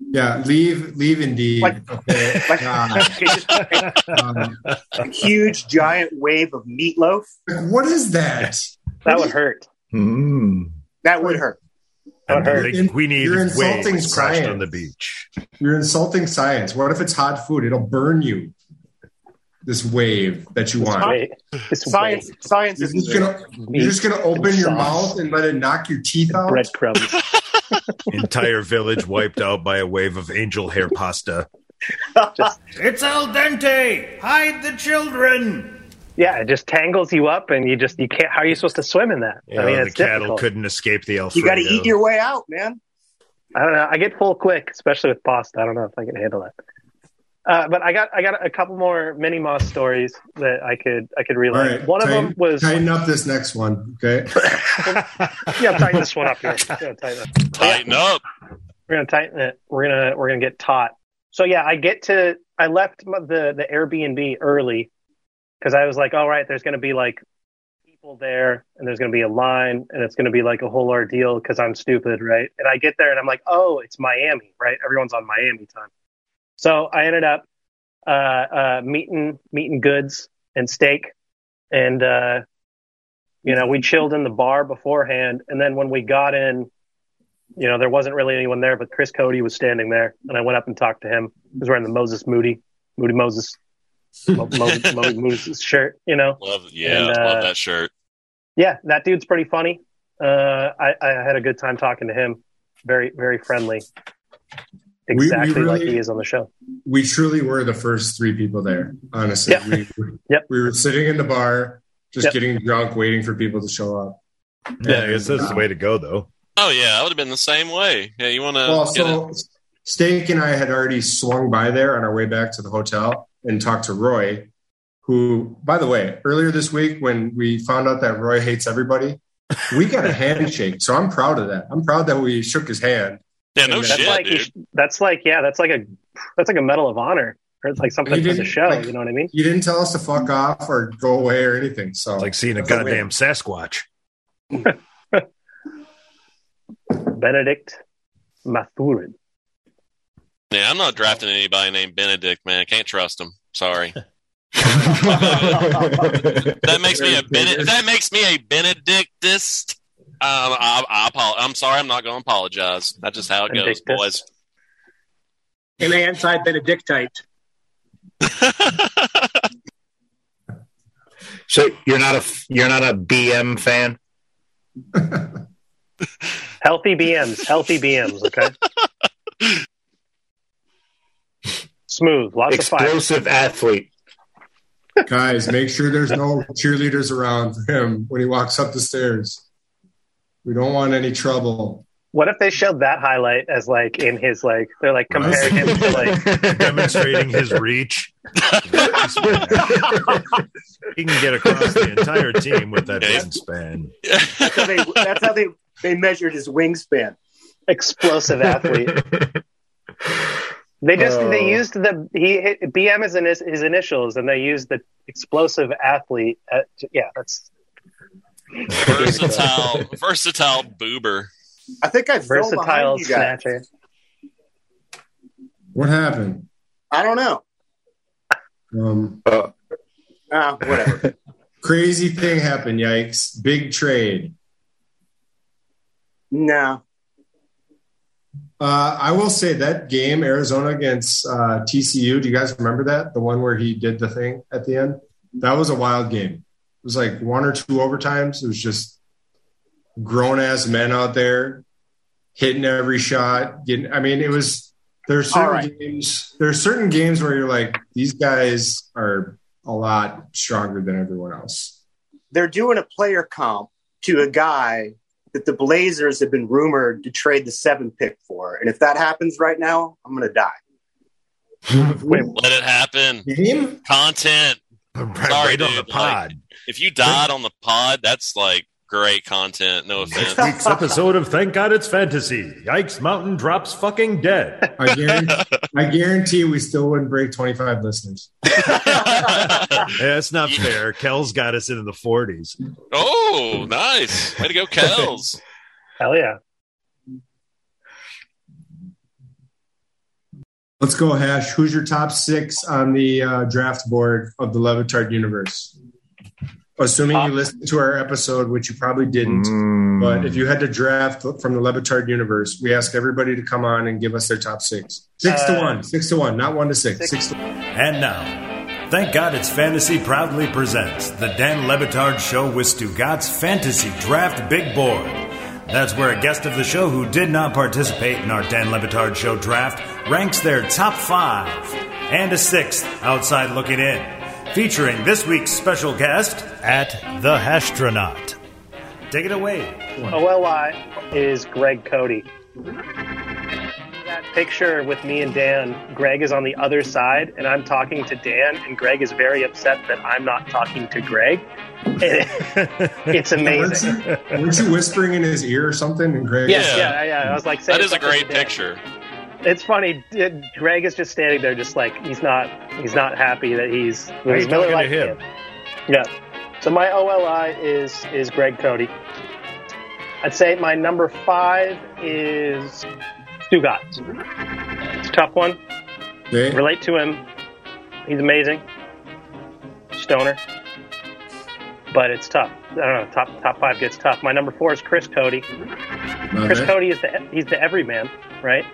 C: Yeah, leave, leave indeed.
E: Like-
C: okay.
E: like-
C: God.
E: Okay, just
C: Um,
E: a huge giant wave of meatloaf.
C: what is that?
G: That would hurt.
B: Hmm.
H: Mm.
E: That would hurt.
G: That would hurt.
B: Like, we need
C: You're insulting
B: waves crashed
C: science.
B: on the beach.
C: You're insulting science. What if it's hot food? It'll burn you. This wave that you want.
G: Wait. It's
E: Science, science
C: You're
E: is
C: just gonna you're just gonna open your
G: sauce.
C: mouth and let it knock your teeth out.
G: breadcrumbs.
B: Entire village wiped out by a wave of angel hair pasta.
A: It's al dente! Hide the children!
G: yeah, it just tangles you up, and you just you can't. How are you supposed to swim in that?
B: You
G: I mean,
B: know, the
G: it's
B: cattle
G: difficult.
B: couldn't escape the Alfredo.
E: you got to eat your way out, man.
G: I don't know. I get full quick, especially with pasta. I don't know if I can handle that. Uh, but I got I got a couple more mini moss stories that I could I could
C: All
G: relay.
C: right.
G: One of
C: tighten,
G: them was
C: tighten up this next one. Okay.
G: yeah. Tighten this one up here. Yeah, tighten it.
F: Tighten up.
G: We're gonna tighten it. We're gonna we're gonna get taught. So yeah, I get to I left m- the the Airbnb early because I was like, all right, there's gonna be like people there, and there's gonna be a line, and it's gonna be like a whole ordeal because I'm stupid, right? And I get there and I'm like, oh, it's Miami, right? Everyone's on Miami time. So I ended up uh, uh, meeting meeting goods and steak, and uh, you know we chilled in the bar beforehand, and then when we got in you know, there wasn't really anyone there, but Chris Cody was standing there, and I went up and talked to him. He was wearing the Moses Moody, Moody Moses, Mo- Mo- Mo- Moses shirt, you know.
F: Love, yeah,
G: And, uh,
F: love that shirt.
G: Yeah, that dude's pretty funny. Uh, I, I had a good time talking to him. Very, very friendly.
C: We- we
G: Exactly like
C: really-
G: he is on the show.
C: we truly were the first three people there. Honestly,
G: Yeah.
C: we,
G: Yep.
C: we were sitting in the bar, just
G: Yep.
C: getting drunk, waiting for people to show up.
B: Yeah, I guess that's the
C: And,
B: way to go, though.
F: Oh yeah, I would have been the same way. Yeah, you want to
C: Well,
F: get it.
C: so Steak and I had already swung by there on our way back to the hotel and talked to Roy, who, by the way, earlier this week when we found out that Roy hates everybody, we got a handshake. So I'm proud of that. I'm proud that we shook his hand.
F: Yeah, no
C: and
G: That's
F: shit,
G: like you
F: dude.
G: sh- that's like yeah, that's like a that's like a medal of honor. Or it's like something
C: And he
G: for the
C: didn't,
G: show.
C: like-
G: you know what I mean?
C: He didn't tell us to fuck off or go away or anything. So
B: It's like seeing a
C: That's a win.
B: goddamn Sasquatch.
G: Benedict Mathurin.
F: Yeah, I'm not drafting anybody named Benedict, man. Can't trust him. Sorry. That makes me a Bene- that makes me a Benedictist. Um, I, I, apo- I'm sorry. I'm not going to apologize. That's just how it goes,
G: Benedictus.
F: boys.
D: And they anti Benedictite.
H: so you're not a you're not a BM fan.
G: Healthy BMs, healthy BMs, okay? Smooth, lots of fire.
H: Explosive athlete.
C: Guys, make sure there's no cheerleaders around him when he walks up the stairs. We don't want any trouble.
G: What if they showed that highlight as like in his like they're like comparing him to like
B: Demonstrating his reach. he can get across the entire team with that
F: Yeah.
B: wingspan.
E: That's how they, that's how they, they measured his wingspan.
G: explosive athlete. They just they
H: Oh.
G: used the he BM is in his, his initials and they used the explosive athlete. At, yeah, that's
F: versatile, versatile boober.
E: I think I fell
G: versatile
E: behind you guys.
G: snatcher.
C: What happened?
E: I don't know.
C: Um,
H: Uh,
E: Uh, whatever.
C: crazy thing happened. Yikes! Big trade.
E: no.
C: Uh, I will say that game Arizona against uh, TCU. Do you guys remember that? The one where he did the thing at the end. That was a wild game. It was like one or two overtimes. It was just grown ass men out there hitting every shot. Getting, I mean, it was. There's certain
E: All right.
C: games. There's certain games where you're like, these guys are a lot stronger than everyone else.
E: They're doing a player comp to a guy that the Blazers have been rumored to trade the seven pick for. And if that happens right now, I'm going to die.
F: Let it happen.
C: Game?
F: Content.
B: Right,
F: Sorry,
B: right on the
F: dude,
B: pod.
F: If you died on the pod, that's like great content. No offense.
B: Next episode of Thank God It's Fantasy. Yikes, Mountain drops fucking dead.
C: I guarantee, I guarantee we still wouldn't break 25 listeners.
B: Yeah, that's not
F: Yeah.
B: fair. Kel's got us into the 40s.
F: oh, nice. Way to go, Kells.
G: Hell yeah.
C: Let's go, Hash. Who's your top six on the uh, draft board of the Levitard universe? Assuming
G: Uh,
C: you listened to our episode, which you probably didn't,
G: hmm.
C: but if you had to draft from the Levitard universe, we ask everybody to come on and give us their top six. Six to
G: Uh,
C: one, six to one, not one to six, six,
G: six-
C: to one.
B: And now, Thank God It's Fantasy proudly presents the Dan Lebitard Show with Stugatz Fantasy Draft Big Board. That's where a guest of the show who did not participate in our Dan Lebitard Show draft ranks their top five and a sixth outside looking in. Featuring this week's special guest at the Hastronaut. Take it away.
G: OLI is Greg Cody. That picture with me and Dan, Greg is on the other side, and I'm talking to Dan, and Greg is very upset that I'm not talking to Greg. it's
C: Weren't
G: amazing.
C: you, weren't you whispering in his ear or something? And Greg,
F: Yeah.
G: yeah, yeah. I was like,
F: That
G: saying
F: is a
G: something
F: great
G: to Dan.
F: picture.
G: It's funny. d Greg is just standing there, just like he's not, he's not happy that he's.
I: Well, he's
G: that Miller
I: talking to
G: Lite- Yeah. So my OLI is is Greg Cody. I'd say my number five is Stugatz. It's a tough one.
C: Okay.
G: Relate to him. He's amazing. Stoner. But it's tough. I don't know. Top top five gets tough. My number four is Chris Cody. Chris
C: Okay.
G: Cody is the he's the everyman, right?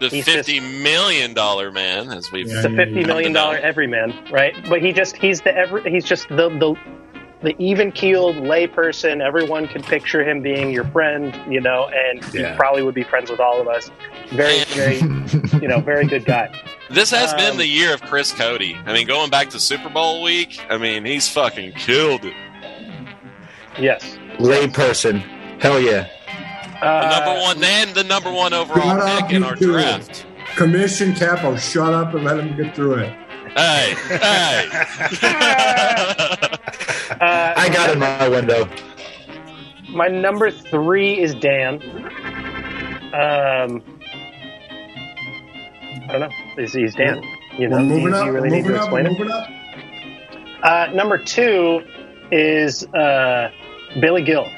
F: The
G: He's just-
F: fifty million dollar man, as we've
C: Yeah.
G: It's a fifty million dollar everyman, right? But he just he's the every he's just the the the even keeled layperson. Everyone could picture him being your friend, you know, and
I: Yeah.
G: he probably would be friends with all of us. Very, very, you know, very good guy.
F: This has been
G: Um,
F: the year of Chris Cody. I mean, going back to Super Bowl week, I mean, he's fucking killed it.
G: Yes.
H: Lay person. Hell yeah.
F: The
G: Uh,
F: number one, and the number one overall
C: Shut up,
F: pick in
C: you
F: our
C: two.
F: draft.
C: Commission Capo, shut up and let him get through it.
F: Hey, hey.
G: Uh,
H: I got in my window.
G: My number three is Dan. Um, I don't know. He's, he's Dan. You know,
C: We're
G: do you-
C: moving
G: do
C: up,
G: you really need
C: moving
G: to
C: up,
G: explain it?
C: moving up.
G: Uh, number two is uh, Billy Gill, uh,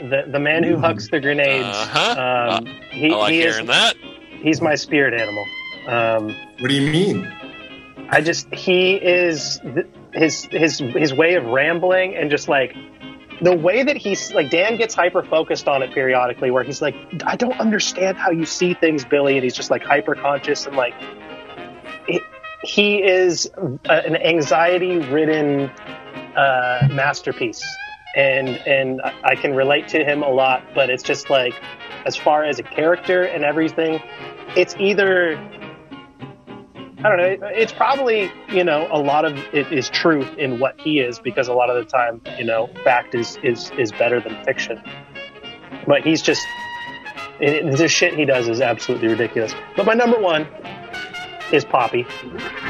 G: the the man who hucks the grenades.
F: Uh-huh.
G: Um, he
F: I like
G: he is
F: hearing that.
G: he's my spirit animal. Um,
C: What do you mean?
G: I just he is th- his his his way of rambling and just like the way that he's like Dan gets hyper focused on it periodically where he's like I don't understand how you see things Billy and he's just like hyper conscious and like he- he is a, an anxiety ridden uh, masterpiece and and I- I can relate to him a lot but it's just like as far as a character and everything it's either I don't know. it- It's probably you know a lot of it is truth in what he is because a lot of the time you know fact is is is better than fiction. But he's just it, it- the shit he does is absolutely ridiculous. But my number one is Poppy,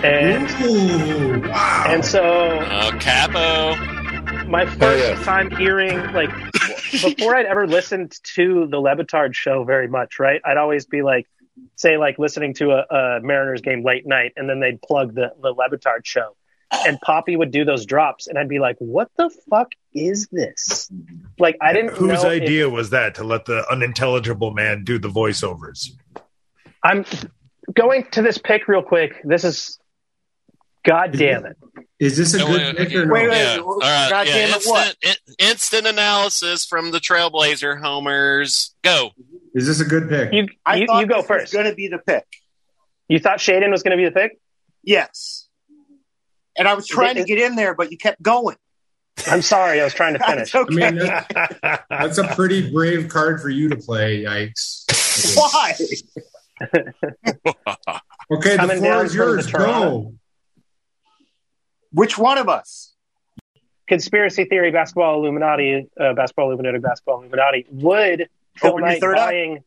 G: and
C: Ooh, wow.
G: and so
F: Uh, Capo.
G: my first time hearing like before I'd ever listened to the Levitard show very much, right? I'd always be like, say like listening to a, a Mariners game late night, and then they'd plug the the Levitard show, and Poppy would do those drops, and I'd be like, what the fuck is this? Like I didn't
B: Whose
G: know if-
B: idea was that to let the unintelligible man do the voiceovers?
G: I'm going to this pick real quick. This is. God damn it.
C: Is this a
F: No,
C: good
F: wait,
C: pick or
F: okay.
C: no?
G: uh, Wait, wait.
F: Yeah. All right.
G: God
F: Yeah,
G: damn it, what?
F: instant, in- instant analysis from the Trailblazer homers. Go.
C: Is this a good pick?
G: You,
E: I
G: you,
E: thought
G: you go
E: this was
G: first.
E: Going to be the pick.
G: You thought Shaden was going to be the pick?
E: Yes. And I was trying to get in there, but you kept going.
G: I'm sorry. I was trying to finish.
E: That's okay.
C: I mean, that- that's a pretty brave card for you to play. Yikes.
E: Why?
C: Okay, the
G: Coming
C: floor
G: down
C: is
G: from the
C: yours. Go.
G: Toronto.
E: Which one of us?
G: conspiracy theory, basketball Illuminati, uh, basketball Illuminated, basketball Illuminati would Phil
E: Open your
G: Knight
E: third eye.
G: buying,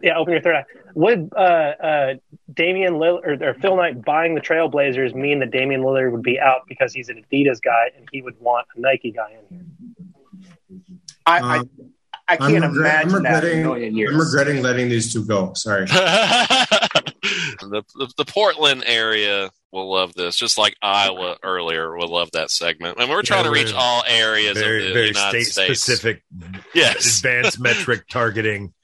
G: yeah, open your third eye. Would uh, uh, Damian Lillard or, or Phil Knight buying the Trailblazers mean that Damian Lillard would be out because he's an Adidas guy and he would want a Nike guy in here?
E: I,
C: Um,
E: I, I
C: I'm
E: can't
C: regret- I'm
E: imagine that in
C: regretting-
E: a million years.
C: I'm regretting letting these two go. Sorry.
F: the, the the Portland area will love this, just like Iowa earlier will love that segment. And we're trying to
B: we're
F: reach all areas
B: very,
F: of the
B: very
F: United
B: state
F: States.
B: specific
F: Yes.
B: advanced metric targeting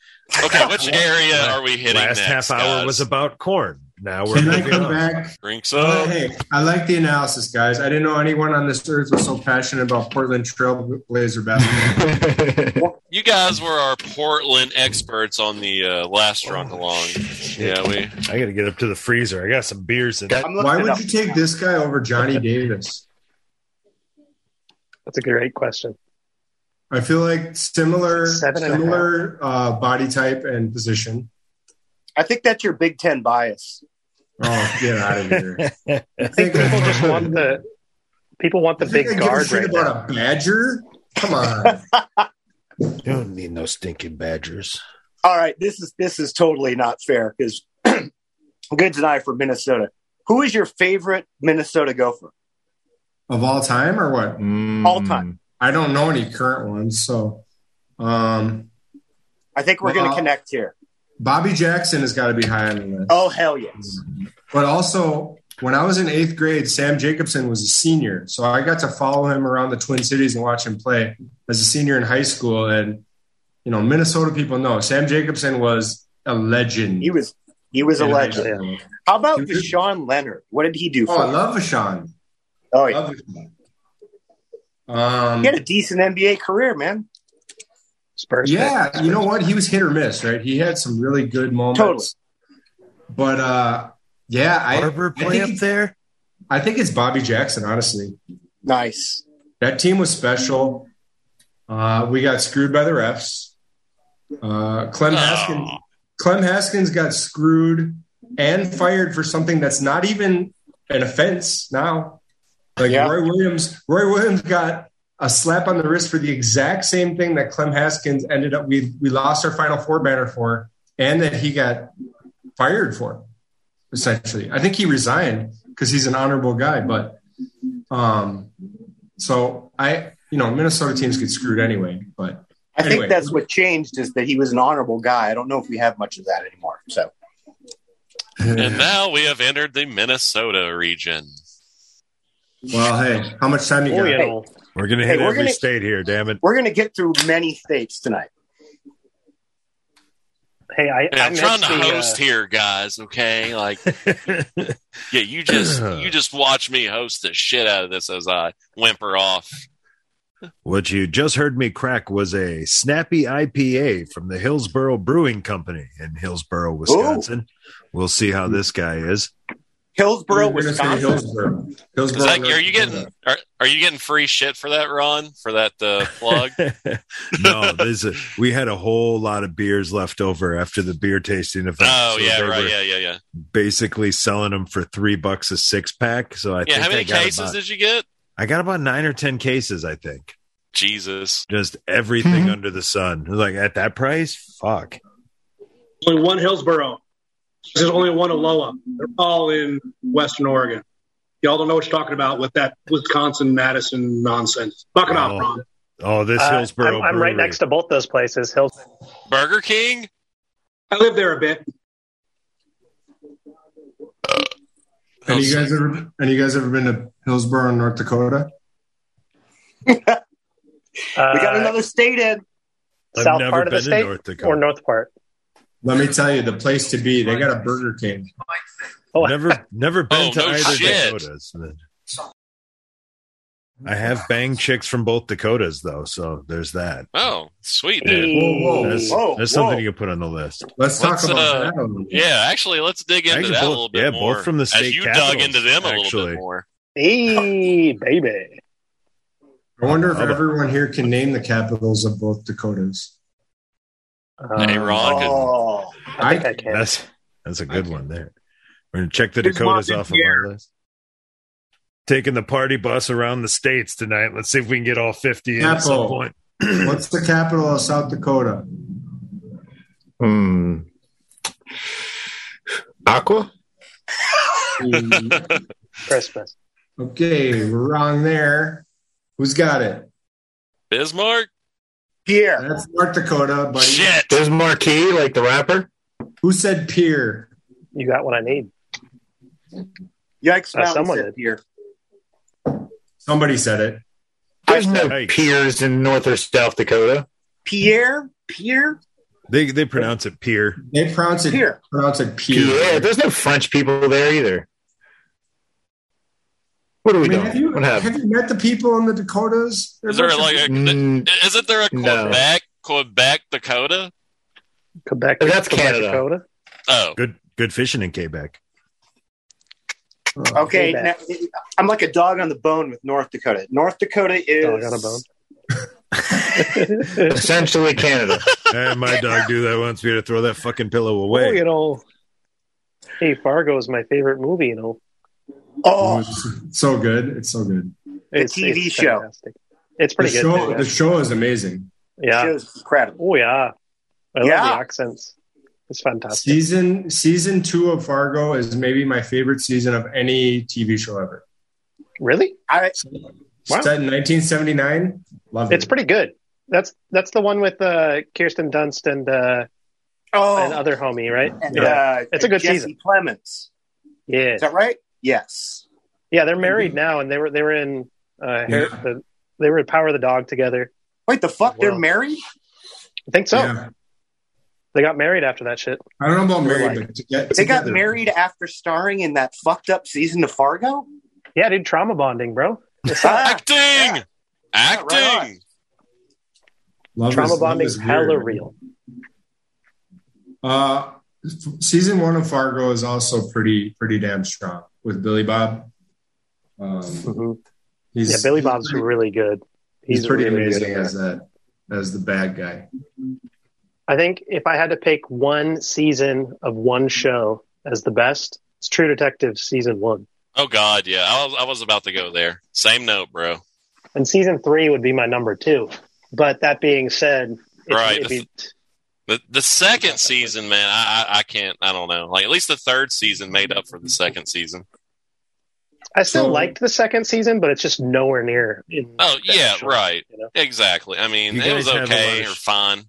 F: Okay, which area are we hitting?
B: Last
F: next,
B: half hour
F: guys?
B: was about corn. Now we're
C: Can I
B: moving
C: come
B: on.
C: back?
F: drink
C: But
F: some.
C: hey, I like the analysis, guys. I didn't know anyone on this earth was so passionate about Portland Trailblazer basketball.
F: You guys were our Portland experts on the uh, last
B: Oh,
F: drunk along. Yeah, we.
B: I got to get up to the freezer. I got some beers in.
H: Got-
E: I'm looking
C: Why
E: it
C: would
E: up.
C: you take this guy over Johnny Davis?
G: That's a great question.
C: I feel like similar,
G: Seven and a
C: similar uh, body type and position.
E: I think that's your Big Ten bias.
C: Oh, get out of here! I think
G: People just want the people want the
C: I think
G: big
C: I give a
G: guard
C: shit
G: right now.
C: about a badger. Come on,
A: You don't need no stinking badgers.
E: All right, this is this is totally not fair because Goods and I for Minnesota. Who is your favorite Minnesota Gopher?
C: of all time or what? Hmm.
E: All time.
C: I don't know any current ones, so um,
E: I think we're going
C: Well- uh,
E: to connect here.
C: Bobby Jackson has got to be high on the list.
E: Oh hell yes!
C: But also, when I was in eighth grade, Sam Jacobson was a senior. So I got to follow him around the Twin Cities and watch him play as a senior in high school. And, you know, Minnesota people know Sam Jacobson was a legend.
E: He was he was a
C: in high
E: legend.
C: school.
E: How about
C: Dude.
E: Deshaun Leonard? What did he do? For
C: Oh, I
E: us?
C: love Vashawn.
E: oh, yeah.
C: Love Vashawn. Um,
E: he had a decent NBA career, man.
G: Spurs.
C: yeah, you know what? He was hit or miss, right? He had some really good moments.
E: Totally.
C: But, uh, yeah, I,
A: Barber
C: I
A: play up
C: think-
A: there?
C: I think it's Bobby Jackson, honestly.
E: Nice.
C: That team was special. Uh, we got screwed by the refs. Uh, Clem Haskins,
F: Oh.
C: Clem Haskins got screwed and fired for something that's not even an offense now. Like
E: Yeah.
C: Roy Williams, Roy Williams got a slap on the wrist for the exact same thing that Clem Haskins ended up. We we lost our Final Four banner for, and that he got fired for. Essentially, I think he resigned because he's an honorable guy. But um, so I, you know, Minnesota teams get screwed anyway. But
E: I
C: Anyway.
E: think that's what changed is that he was an honorable guy. I don't know if we have much of that anymore. So
F: And now we have entered the Minnesota region.
C: well, hey, how much time you got?
G: Oriental.
B: We're gonna
E: Hey,
B: hit
E: we're
B: every
E: gonna-
B: state here. Damn it!
E: we're going to get through many states tonight.
G: Hey, I,
F: Yeah,
G: I
F: I'm trying to
G: missed the, uh,
F: host here, guys. Okay, like, yeah, you just you just watch me host the shit out of this as I whimper off.
B: What you just heard me crack was a snappy IPA from the Hillsboro Brewing Company in Hillsboro, Wisconsin. We'll see how this guy is.
E: Hillsboro,
C: We're gonna say
E: Wisconsin.
C: Hillsboro. Hillsboro.
F: Is that, are you
C: North
F: getting
C: Dakota.
F: are, are you getting free shit for that Ron for that uh, plug?
B: no, this is, we had a whole lot of beers left over after the beer tasting event.
F: oh
B: so
F: yeah,
B: they
F: right,
B: were
F: yeah, yeah, yeah.
B: Basically selling them for three bucks a six pack. So I
F: yeah,
B: think
F: how many
B: I got
F: cases
B: about-
F: did you get?
B: I got about nine or ten cases. I think
F: Jesus,
B: just everything
G: Mm-hmm.
B: under the sun. It was Like at that price, fuck.
D: Only one Hillsboro. There's only one Aloha. They're all in Western Oregon. Y'all don't know what you're talking about with that Wisconsin Madison nonsense. Fuck it
B: Oh.
D: off, Ron.
B: Oh, this
G: uh,
B: Hillsboro.
G: I'm, I'm right
B: Brewery.
G: next to both those places. Hills.
F: Burger King.
D: I lived there a bit.
C: Any you guys ever? Any you guys ever been to Hillsboro, North Dakota?
G: Uh,
E: We got another state in.
B: I've
G: south
B: never
G: part of the
B: been to
G: state
B: North Dakota.
G: or north part.
C: Let me tell you, the place to be. They got a Burger King.
G: Oh,
B: Never, never been
F: Oh,
B: to
F: no
B: either
F: shit.
B: Dakotas. I have banged chicks from both Dakotas, though, so there's that.
F: Oh, sweet dude.
C: Whoa, whoa.
B: There's,
E: Whoa,
B: there's something
E: whoa.
B: you can put on the list.
C: Let's
F: What's,
C: talk about
F: uh,
C: that. A little bit.
F: Yeah, actually, let's dig into
B: Actually,
F: that a
B: both-
F: little bit
B: yeah, both
F: more.
B: from the state
F: As you dug
B: capitals,
F: into them a little
B: actually.
F: bit more.
G: hey, baby.
C: I wonder if
B: How about-
C: everyone here can name the capitals of both Dakotas.
G: Um,
F: hey, Ron. good-
E: Oh,
G: I think I can.
B: That's that's a good one there. We're gonna check the
D: Here's
B: Dakotas
D: Marvin
B: off of our list. Taking the party bus around the states tonight. Let's see if we can get all fifty in at some
C: Capo.
B: point.
C: What's the capital of South Dakota?
H: Hmm. Aqua?
C: Mm,
G: Christmas.
C: okay, we're wrong there. Who's got it?
F: Bismarck.
E: Pierre.
C: That's North Dakota, buddy.
F: Shit.
H: There's Marquis, like the rapper.
C: Who said pier?
G: You got what I need.
E: Yikes!
G: Uh,
E: Mountain
G: someone
E: said
G: did.
E: Pierre.
C: Somebody said it.
H: There's no
B: Yikes.
H: piers in North or South Dakota.
E: Pierre. Pierre.
I: They they pronounce it peer.
C: They pronounce it
E: Here.
C: pronounce it Pierre.
H: Yeah, there's no French people there either. What are
C: I
H: we
C: mean,
H: doing?
C: have you,
H: what happened?
C: have you met the people in the Dakotas? They're
F: Is there
C: a bunch
F: like a,
H: Mm,
F: isn't there a
H: No.
F: Quebec, Quebec, Dakota?
G: Quebec.
H: That's
G: Quebec,
H: Canada.
G: Dakota.
F: Oh,
I: Good good fishing in Quebec.
C: of-
E: Okay,
G: Way
E: now,
G: back.
E: I'm like a dog on the bone with North Dakota. North Dakota is
G: Dog on a bone.
H: essentially Canada.
I: Eh, my dog do that once. We had to throw that fucking pillow
G: Oh,
I: away.
G: you know, hey, Fargo is my favorite movie. You know,
E: Oh,
G: Mm-hmm.
C: it's so good. It's so good.
G: it's,
E: TV
G: it's
E: show.
G: fantastic. It's
C: The
G: pretty good.
C: show,
G: too,
C: the show is amazing.
G: yeah. yeah.
E: show's incredible.
G: Oh yeah. I
E: Yeah.
G: love the accents. It's fantastic.
C: Season season two of Fargo is maybe my favorite season of any TV show ever.
G: Really?
E: I,
G: Wow.
C: Set in 1979. Love it.
G: It's pretty good. That's that's the one with uh, Kirsten Dunst and uh,
E: oh,
G: and other homie, right?
E: and,
G: yeah.
E: uh,
G: It's a good
E: Jesse
G: season.
E: Plemons.
G: yeah,
E: Is that right? Yes.
G: yeah. They're married now, and they were they were in uh,
C: Yeah.
G: Hair, the, they were in Power of the Dog together.
E: Wait, the fuck? They're
G: Wow.
E: married?
G: I think so.
C: Yeah.
G: They got married after that shit.
C: I don't know about
G: They're
C: married,
G: like-
C: but to get
E: They got
C: together-
E: married after starring in that fucked up season of Fargo?
G: Yeah, dude, trauma bonding, bro.
E: Ah,
F: acting, acting.
E: Yeah, right
C: Love is-
G: Trauma
C: love
G: bonding's
C: is weird.
G: hella real.
C: Uh, f- season one of Fargo is also pretty pretty damn strong with Billy Bob. Um,
G: Mhm.
C: he's,
G: Yeah, Billy Bob's
C: He's,
G: really good.
C: he's, pretty
G: really good
C: amazing
G: in
C: as that as the bad guy.
G: I think if I had to pick one season of one show as the best, it's True Detective season one.
F: Oh God, yeah. I was, I was about to go there. Same note, bro.
G: And season three would be my number two. But that being said, it-
F: Right.
G: it'd be-
F: The the second season, man, I, I I can't. I don't know. Like at least the third season made up for the second season.
G: I still
C: So-
G: liked the second season, but it's just nowhere near. In
F: Oh
G: that
F: yeah,
G: show,
F: right.
G: you know?
F: Exactly. I mean,
I: You
F: it was
I: guys have a
F: okay
I: lot
F: or
I: of-
F: fine.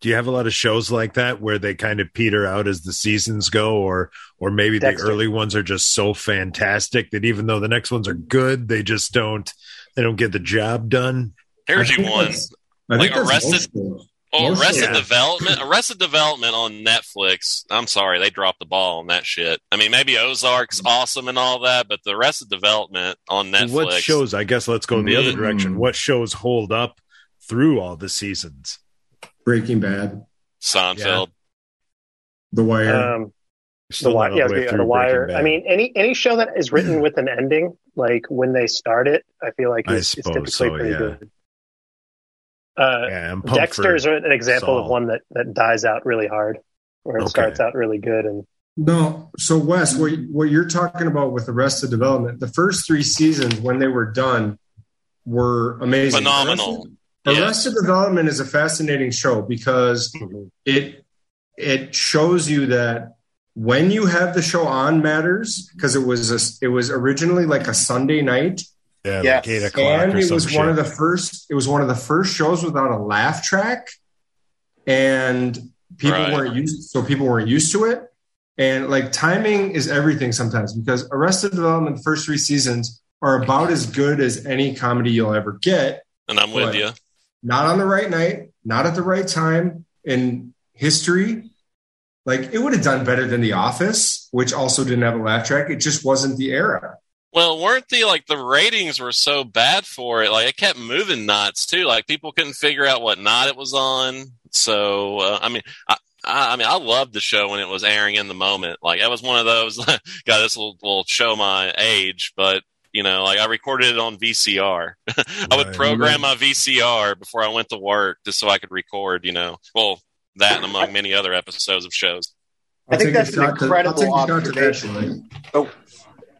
I: Do you have a lot of shows like that where they kind of peter out as the seasons go, or or maybe
G: Dexter.
I: the early ones are just so fantastic that even though the next ones are good, they just don't they don't get the job done.
F: Here's
C: I
F: you
C: think
F: one.
C: that's- I
F: Like
C: think that's
F: Arrested-
C: most shows.
F: Oh,
C: Most
F: Arrested
I: of it.
F: Development. Arrested Development on Netflix. I'm sorry, they dropped the ball on that shit. I mean, maybe Ozark's awesome and all that, but the Arrested Development on Netflix.
I: What shows? I guess let's go in the other
F: Mm.
I: direction. What shows hold up through all the seasons?
C: Breaking Bad,
F: Seinfeld.
C: The Wire.
G: Um,
I: Still
G: the
I: not
G: wire,
I: all
G: yeah,
I: way
G: the,
I: through
G: the wire.
I: Breaking
G: I
I: Bad.
G: mean, any any show that is written with an ending, like when they start it, I feel like
I: I
G: is, is
I: suppose
G: typically
I: so,
G: pretty
I: yeah.
G: good. Uh,
I: yeah, I'm pumped
G: Dexter is
I: for,
G: an example of
I: Saul.
G: one that, that dies out really hard, where it
I: Okay.
G: starts out really good and
C: no, so Wes, what, what you're talking about with Arrested Development, the first three seasons when they were done were amazing.
F: Phenomenal. Yeah.
C: Arrested Development is a fascinating show because it it shows you that when you have the show on matters because it was a, it was originally like a Sunday night
I: yeah, like
E: Yes.
I: eight o'clock
C: and
I: or
C: it
I: some
C: was
I: shit.
C: one of the first it was one of the first shows without a laugh track and people
F: Right.
C: weren't used so people weren't used to it and like timing is everything sometimes because Arrested Development the first three seasons are about as good as any comedy you'll ever get
F: And I'm with
C: Right.
F: you.
C: not on the right night, not at the right time in history. Like it would have done better than The Office, which also didn't have a laugh track. It just wasn't the era.
F: Well, weren't the like the ratings were so bad for it? Like it kept moving nights too. Like people couldn't figure out what night it was on. So uh, I mean, I, I, I mean, I loved the show when it was airing in the moment. Like that was one of those. God, this will will show my age, but you know, like I recorded it on VCR. I would
I: Right.
F: program my VCR before I went to work just so I could record. You know, well that and among many other episodes of shows.
E: I think
C: I'll take
E: that's
C: a
E: an
C: shot to-
E: incredible
C: I'll take a shot to that,
E: observation.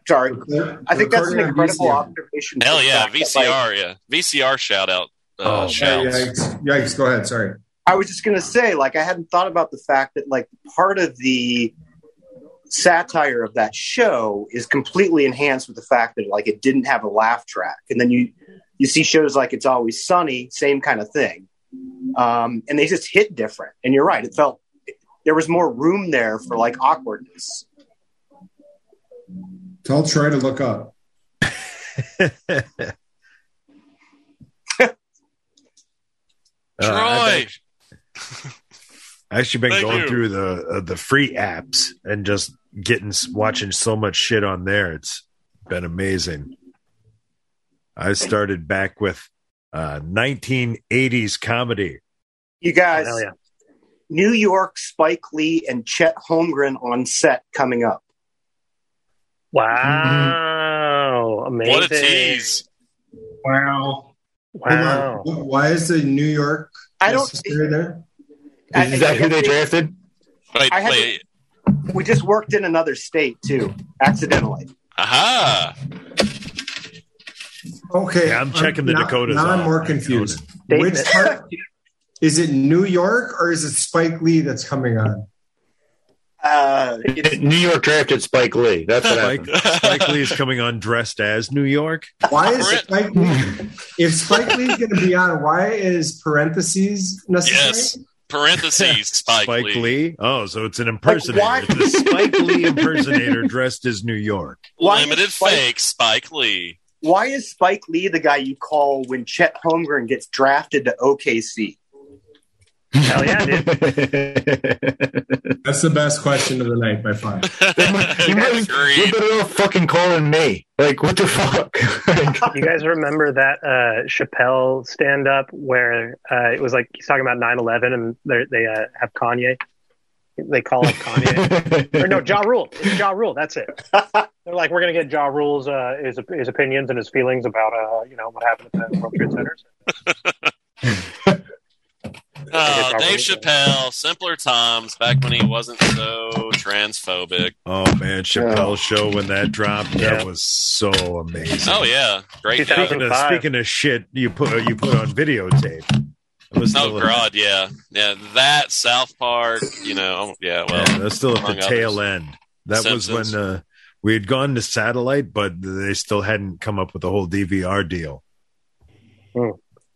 E: Sorry.
C: Troy.
E: I think that's an
C: Recording on
E: incredible
C: VCR.
E: observation.
F: Hell yeah,
E: That, like,
F: VCR. Yeah, VCR shout out. Uh,
I: Oh,
C: Yeah,
F: shouts.
C: yikes. yikes. Go ahead. Sorry.
E: I was just going to say, like, I hadn't thought about the fact that, like, part of the satire of that show is completely enhanced with the fact that, like, it didn't have a laugh track. And then you, you see shows like It's Always Sunny, same kind of thing. Um, and they just hit different. And you're right. It felt there was more room there for, like, awkwardness.
C: Tell Troy to look up.
I: Uh, I've
F: Troy.
I: act- I've,
B: I actually been
F: Thank
B: going
F: you.
B: through the uh, the free apps and just getting s- watching so much shit on there. It's been amazing. I started back with uh, 1980s comedy.
E: You guys,
G: Hell yeah.
E: New York, Spike Lee, and Chet Holmgren on set coming up.
G: Wow. Amazing.
F: What a tease.
J: Wow.
G: Wow.
C: Hold on. Why is the New York
E: I don't.
C: necessary there?
E: I-
H: Is that who they drafted?
F: Wait,
E: I haven't-
F: wait.
E: We just worked in another state too, accidentally.
F: Aha.
C: Okay,
B: Yeah, I'm checking the
C: now-
B: Dakotas
C: Now I'm
B: out.
C: more
B: I
C: confused.
G: know.
C: Which
G: Statement.
C: part? Is it New York or is it Spike Lee that's coming on?
E: Uh, it's,
H: New York drafted Spike Lee. That's what
B: Spike,
H: happened.
B: Spike Lee is coming on dressed as New York.
C: Why is
F: Brent-
C: Spike Lee? If Spike Lee's going to be on, why is parentheses necessary?
F: Yes. Parentheses, Spike,
B: Spike, Lee.
F: Lee.
B: Oh, so it's an impersonator.
E: why-
B: it's a Spike Lee impersonator dressed as New York.
E: why is
F: Limited
E: Spike-
F: fake Spike Lee.
E: Why is Spike Lee the guy you call when Chet Holmgren gets drafted to OKC?
G: Hell yeah, dude.
C: That's the best question of the night by far.
H: you might- you
F: Agreed.
H: better off fucking calling me. Like, what the fuck? Like,
G: You guys remember that uh, Chappelle stand up where uh, it was like he's talking about 9 11 and they're- they uh, have Kanye? They call up Kanye. or no, Ja Rule. It's Ja Rule. That's it. They're like, we're going to get Ja Rule's uh, his, his opinions and his feelings about uh, you know what happened at the World Trade Centers.
F: Oh,
G: Probably.
F: Dave Chappelle, simpler times back when he wasn't so transphobic.
B: Oh man, Chappelle show when that dropped, that was so amazing.
F: Oh yeah, great. guy.
G: Two thousand-
B: Speaking of,
G: 2005.
B: speaking of shit, you put you put on videotape. It was
F: Oh God, yeah, yeah. That South Park, you know, oh, yeah. Well,
B: yeah, that's still at
F: among
B: the
F: others.
B: tail end. That was
F: Simpsons.
B: when uh, we had gone to satellite, but they still hadn't come up with the whole DVR deal.
G: Hmm.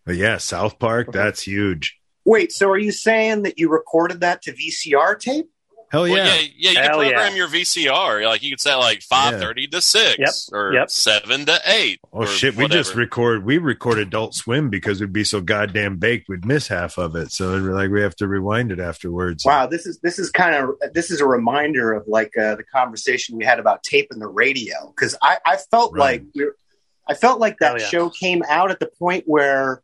B: But yeah, South Park, that's huge.
E: Wait, so are you saying that you recorded that to VCR tape?
B: Hell yeah.
F: Well, yeah, yeah. You
G: Hell
F: can
G: yeah.
F: program your VCR. Like you could say like five thirty to six, or
G: yep.
F: seven to eight.
B: Oh
F: or
B: shit, we
F: whatever.
B: just record we record Adult Swim because we'd be so goddamn baked we'd miss half of it. So we're like we have to rewind it afterwards.
E: Wow, this is this is kind of this is a reminder of like uh, the conversation we had about tape and the radio because I, I felt
B: Right.
E: like we were, I felt like that
G: Hell yeah.
E: show came out at the point where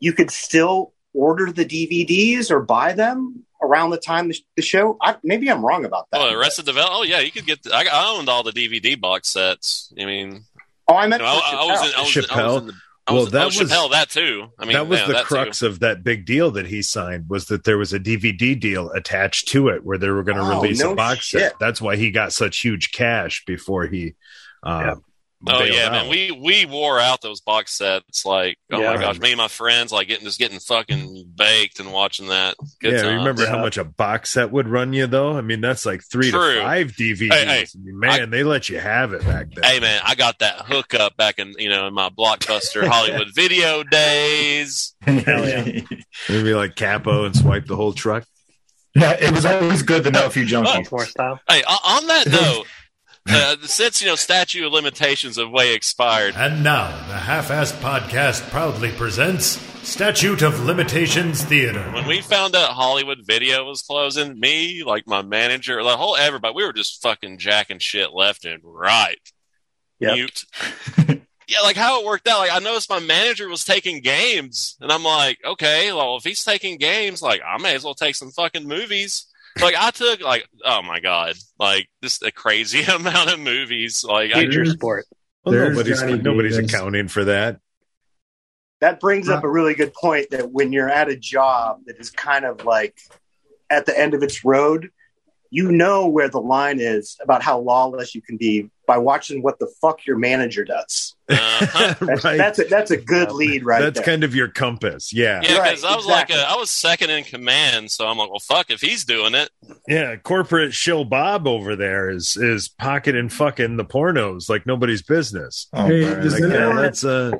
E: you could still order the DVDs or buy them around the time the, sh- the show. I, maybe I'm wrong about that.
F: Oh, Arrested Development. Oh yeah, you could get. I, I owned all the DVD box sets. I mean,
E: oh, I meant
F: you know, I,
E: for
F: I was
E: Chappelle.
F: in. I was, in- I was in the. I
B: Well,
F: was,
B: that
F: oh,
B: was-
F: Chappelle. That too. I mean,
B: that was
F: yeah,
B: the
F: that too.
B: crux of that big deal that he signed was that there was a DVD deal attached to it where they were going to
E: Oh,
B: release
E: no
B: a box
E: shit.
B: set. That's why he got such huge cash before he. Uh,
F: Oh
B: bailed
F: yeah,
B: out.
F: man. We we wore out those box sets. Like, oh
G: Yeah.
F: my gosh, me and my friends like getting just getting fucking baked and watching that. Good
B: yeah,
F: times.
B: remember how
G: Yeah.
B: much a box set would run you though? I mean, that's like three
F: True.
B: to five DVDs.
F: Hey, hey,
B: I mean, man, they let you have it back then.
F: Hey man, I got that hookup back in you know in my blockbuster Hollywood video days.
B: It'd be like capo and swipe the whole truck.
H: yeah, it was always good to know a few junkies.
G: Baltimore style.
F: Hey, o- on that note, uh, since you know statute of limitations have way expired,
K: And now, the Half Assed Podcast proudly presents Statute of Limitations Theater.
F: when we found out Hollywood Video was closing, me like my manager, the whole everybody, we were just fucking jacking shit left and right.
G: Yep.
F: Mute. yeah, like how it worked out. Like I noticed my manager was taking games, and I'm like, okay, well if he's taking games, like I may as well take some fucking movies. Like I took like oh my god, like just a crazy amount of movies. Like I,
G: Future sport.
B: Well,
C: There's
B: nobody's
C: Johnny B,
B: nobody's
C: there's-
B: accounting for that.
E: that brings up a really good point that when you're at a job that is kind of like at the end of its road, you know where the line is about how lawless you can be by watching what the fuck your manager does.
F: uh-huh.
E: That's
B: right.
E: that's, a, that's a good lead right
B: That's
E: there.
B: kind of your compass. Yeah.
F: Yeah,
E: Right,
F: because I was
E: exactly.
F: like, a, I was second in command, so I'm like, well, fuck, if he's doing it,
B: Yeah, corporate shill Bob over there is is pocketing fucking the pornos like nobody's business.
H: Oh,
C: Hey,
H: man,
C: does
B: Like,
H: like,
C: anyone-
B: yeah, that's uh,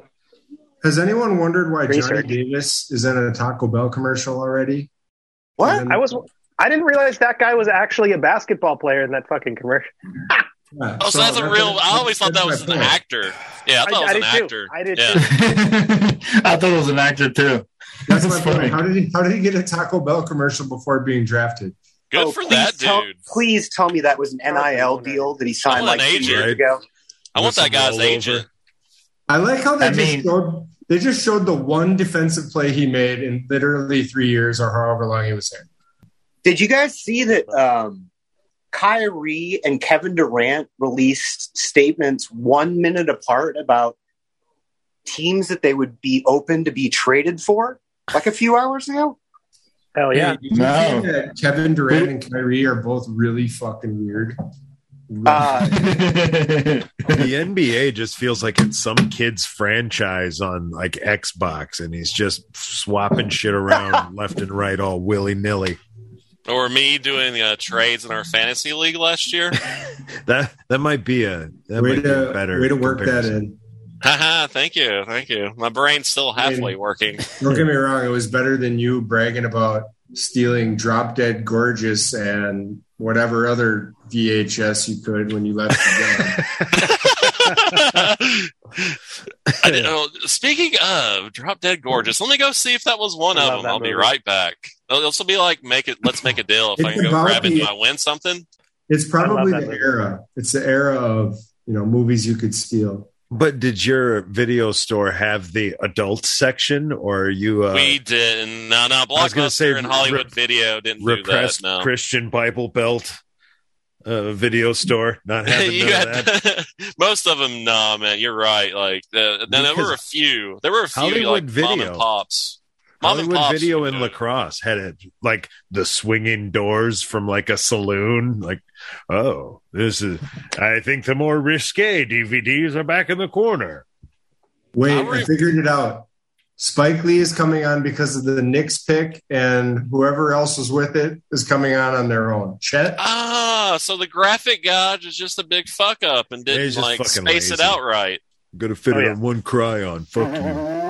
C: Has anyone wondered why Johnny
G: Research.
C: Davis is in a Taco Bell commercial already?
E: what?
G: I was. I didn't realize that guy was actually a basketball player in that fucking commercial.
C: Yeah,
F: oh, so, that's a real. I always thought that
C: that's
F: was
C: my
F: an
C: point.
F: actor. Yeah, I thought
G: I- I
F: it was
G: did too.
F: an actor.
G: I did
F: yeah.
G: too.
H: I thought it was an actor too.
C: That's my
H: That's
C: point.
H: funny.
C: How did he how did he get a Taco Bell commercial before being drafted?
F: Good
E: Oh,
F: for
E: please
F: that
E: tell-
F: dude.
E: Please tell me that was an NIL deal that he signed
F: want
E: like
F: an
E: two
F: agent.
E: years ago.
F: I want that guy's agent.
C: I like how they
H: I
C: just
H: mean-
C: showed they just showed the one defensive play he made in literally three years or however long he was there.
E: Did you guys see that um, Kyrie and Kevin Durant released statements one minute apart about teams that they would be open to be traded for like a few hours ago?
G: Hell yeah.
C: Hey, did you see
H: No.
C: that Kevin Durant and Kyrie are both really fucking weird.
E: Uh,
B: the NBA just feels like it's some kid's franchise on like Xbox, and he's just swapping shit around left and right, all willy nilly.
F: Or me doing uh, trades in our fantasy league last year.
B: That that might be a that
C: way
B: might be
C: to
B: a better
C: way to work
B: comparison.
C: that in.
F: Haha, thank you, thank you. My brain's still halfway working.
C: Don't get me wrong, it was better than you bragging about stealing Drop Dead Gorgeous and whatever other VHS you could when you left the game.
F: I didn't know. oh, Speaking of Drop Dead Gorgeous, let me go see if that was one
G: I
F: of
G: love
F: them.
G: that
F: I'll be
G: movie.
F: right back. It'll also be like make it. Let's make a deal. If I
C: It's
F: can go
C: about
F: grab it,
C: the-
F: do I win something?
C: It's probably
G: that
C: the
G: movie.
C: era. It's the era of you know movies you could steal.
B: But did your video store have the adult section, or are you uh,
F: we didn't. No, no.
B: was gonna say
F: Blockbuster and Hollywood
B: re-
F: Video didn't do that.
B: repressed
F: No.
B: Christian Bible Belt uh, video store? Not having
F: you
B: none of
F: had
B: that.
F: most of them. Nah, man, you're right. Like, uh, no, there were a few. There were a few like
B: Hollywood
F: mom
B: Video.
F: and pops. Mom
B: Hollywood
F: and pops
B: Video
F: would
B: in
F: do it.
B: Lacrosse had it like the swinging doors from like a saloon. Like, oh, this is. I think the more risque DVDs are back in the corner.
C: Wait,
F: How were
C: I
F: you-
C: figured it out. Spike Lee is coming on because of the Knicks pick, and whoever else was with it is coming on on their own. Chet,
F: Ah, so the graphic god is just a big fuck up and
B: Yeah,
F: didn't
B: he's just
F: like
B: fucking
F: space it
B: lazy.
F: out right.
B: Gonna fit
G: Oh,
B: it
G: yeah.
B: on one cry on. Fuck you.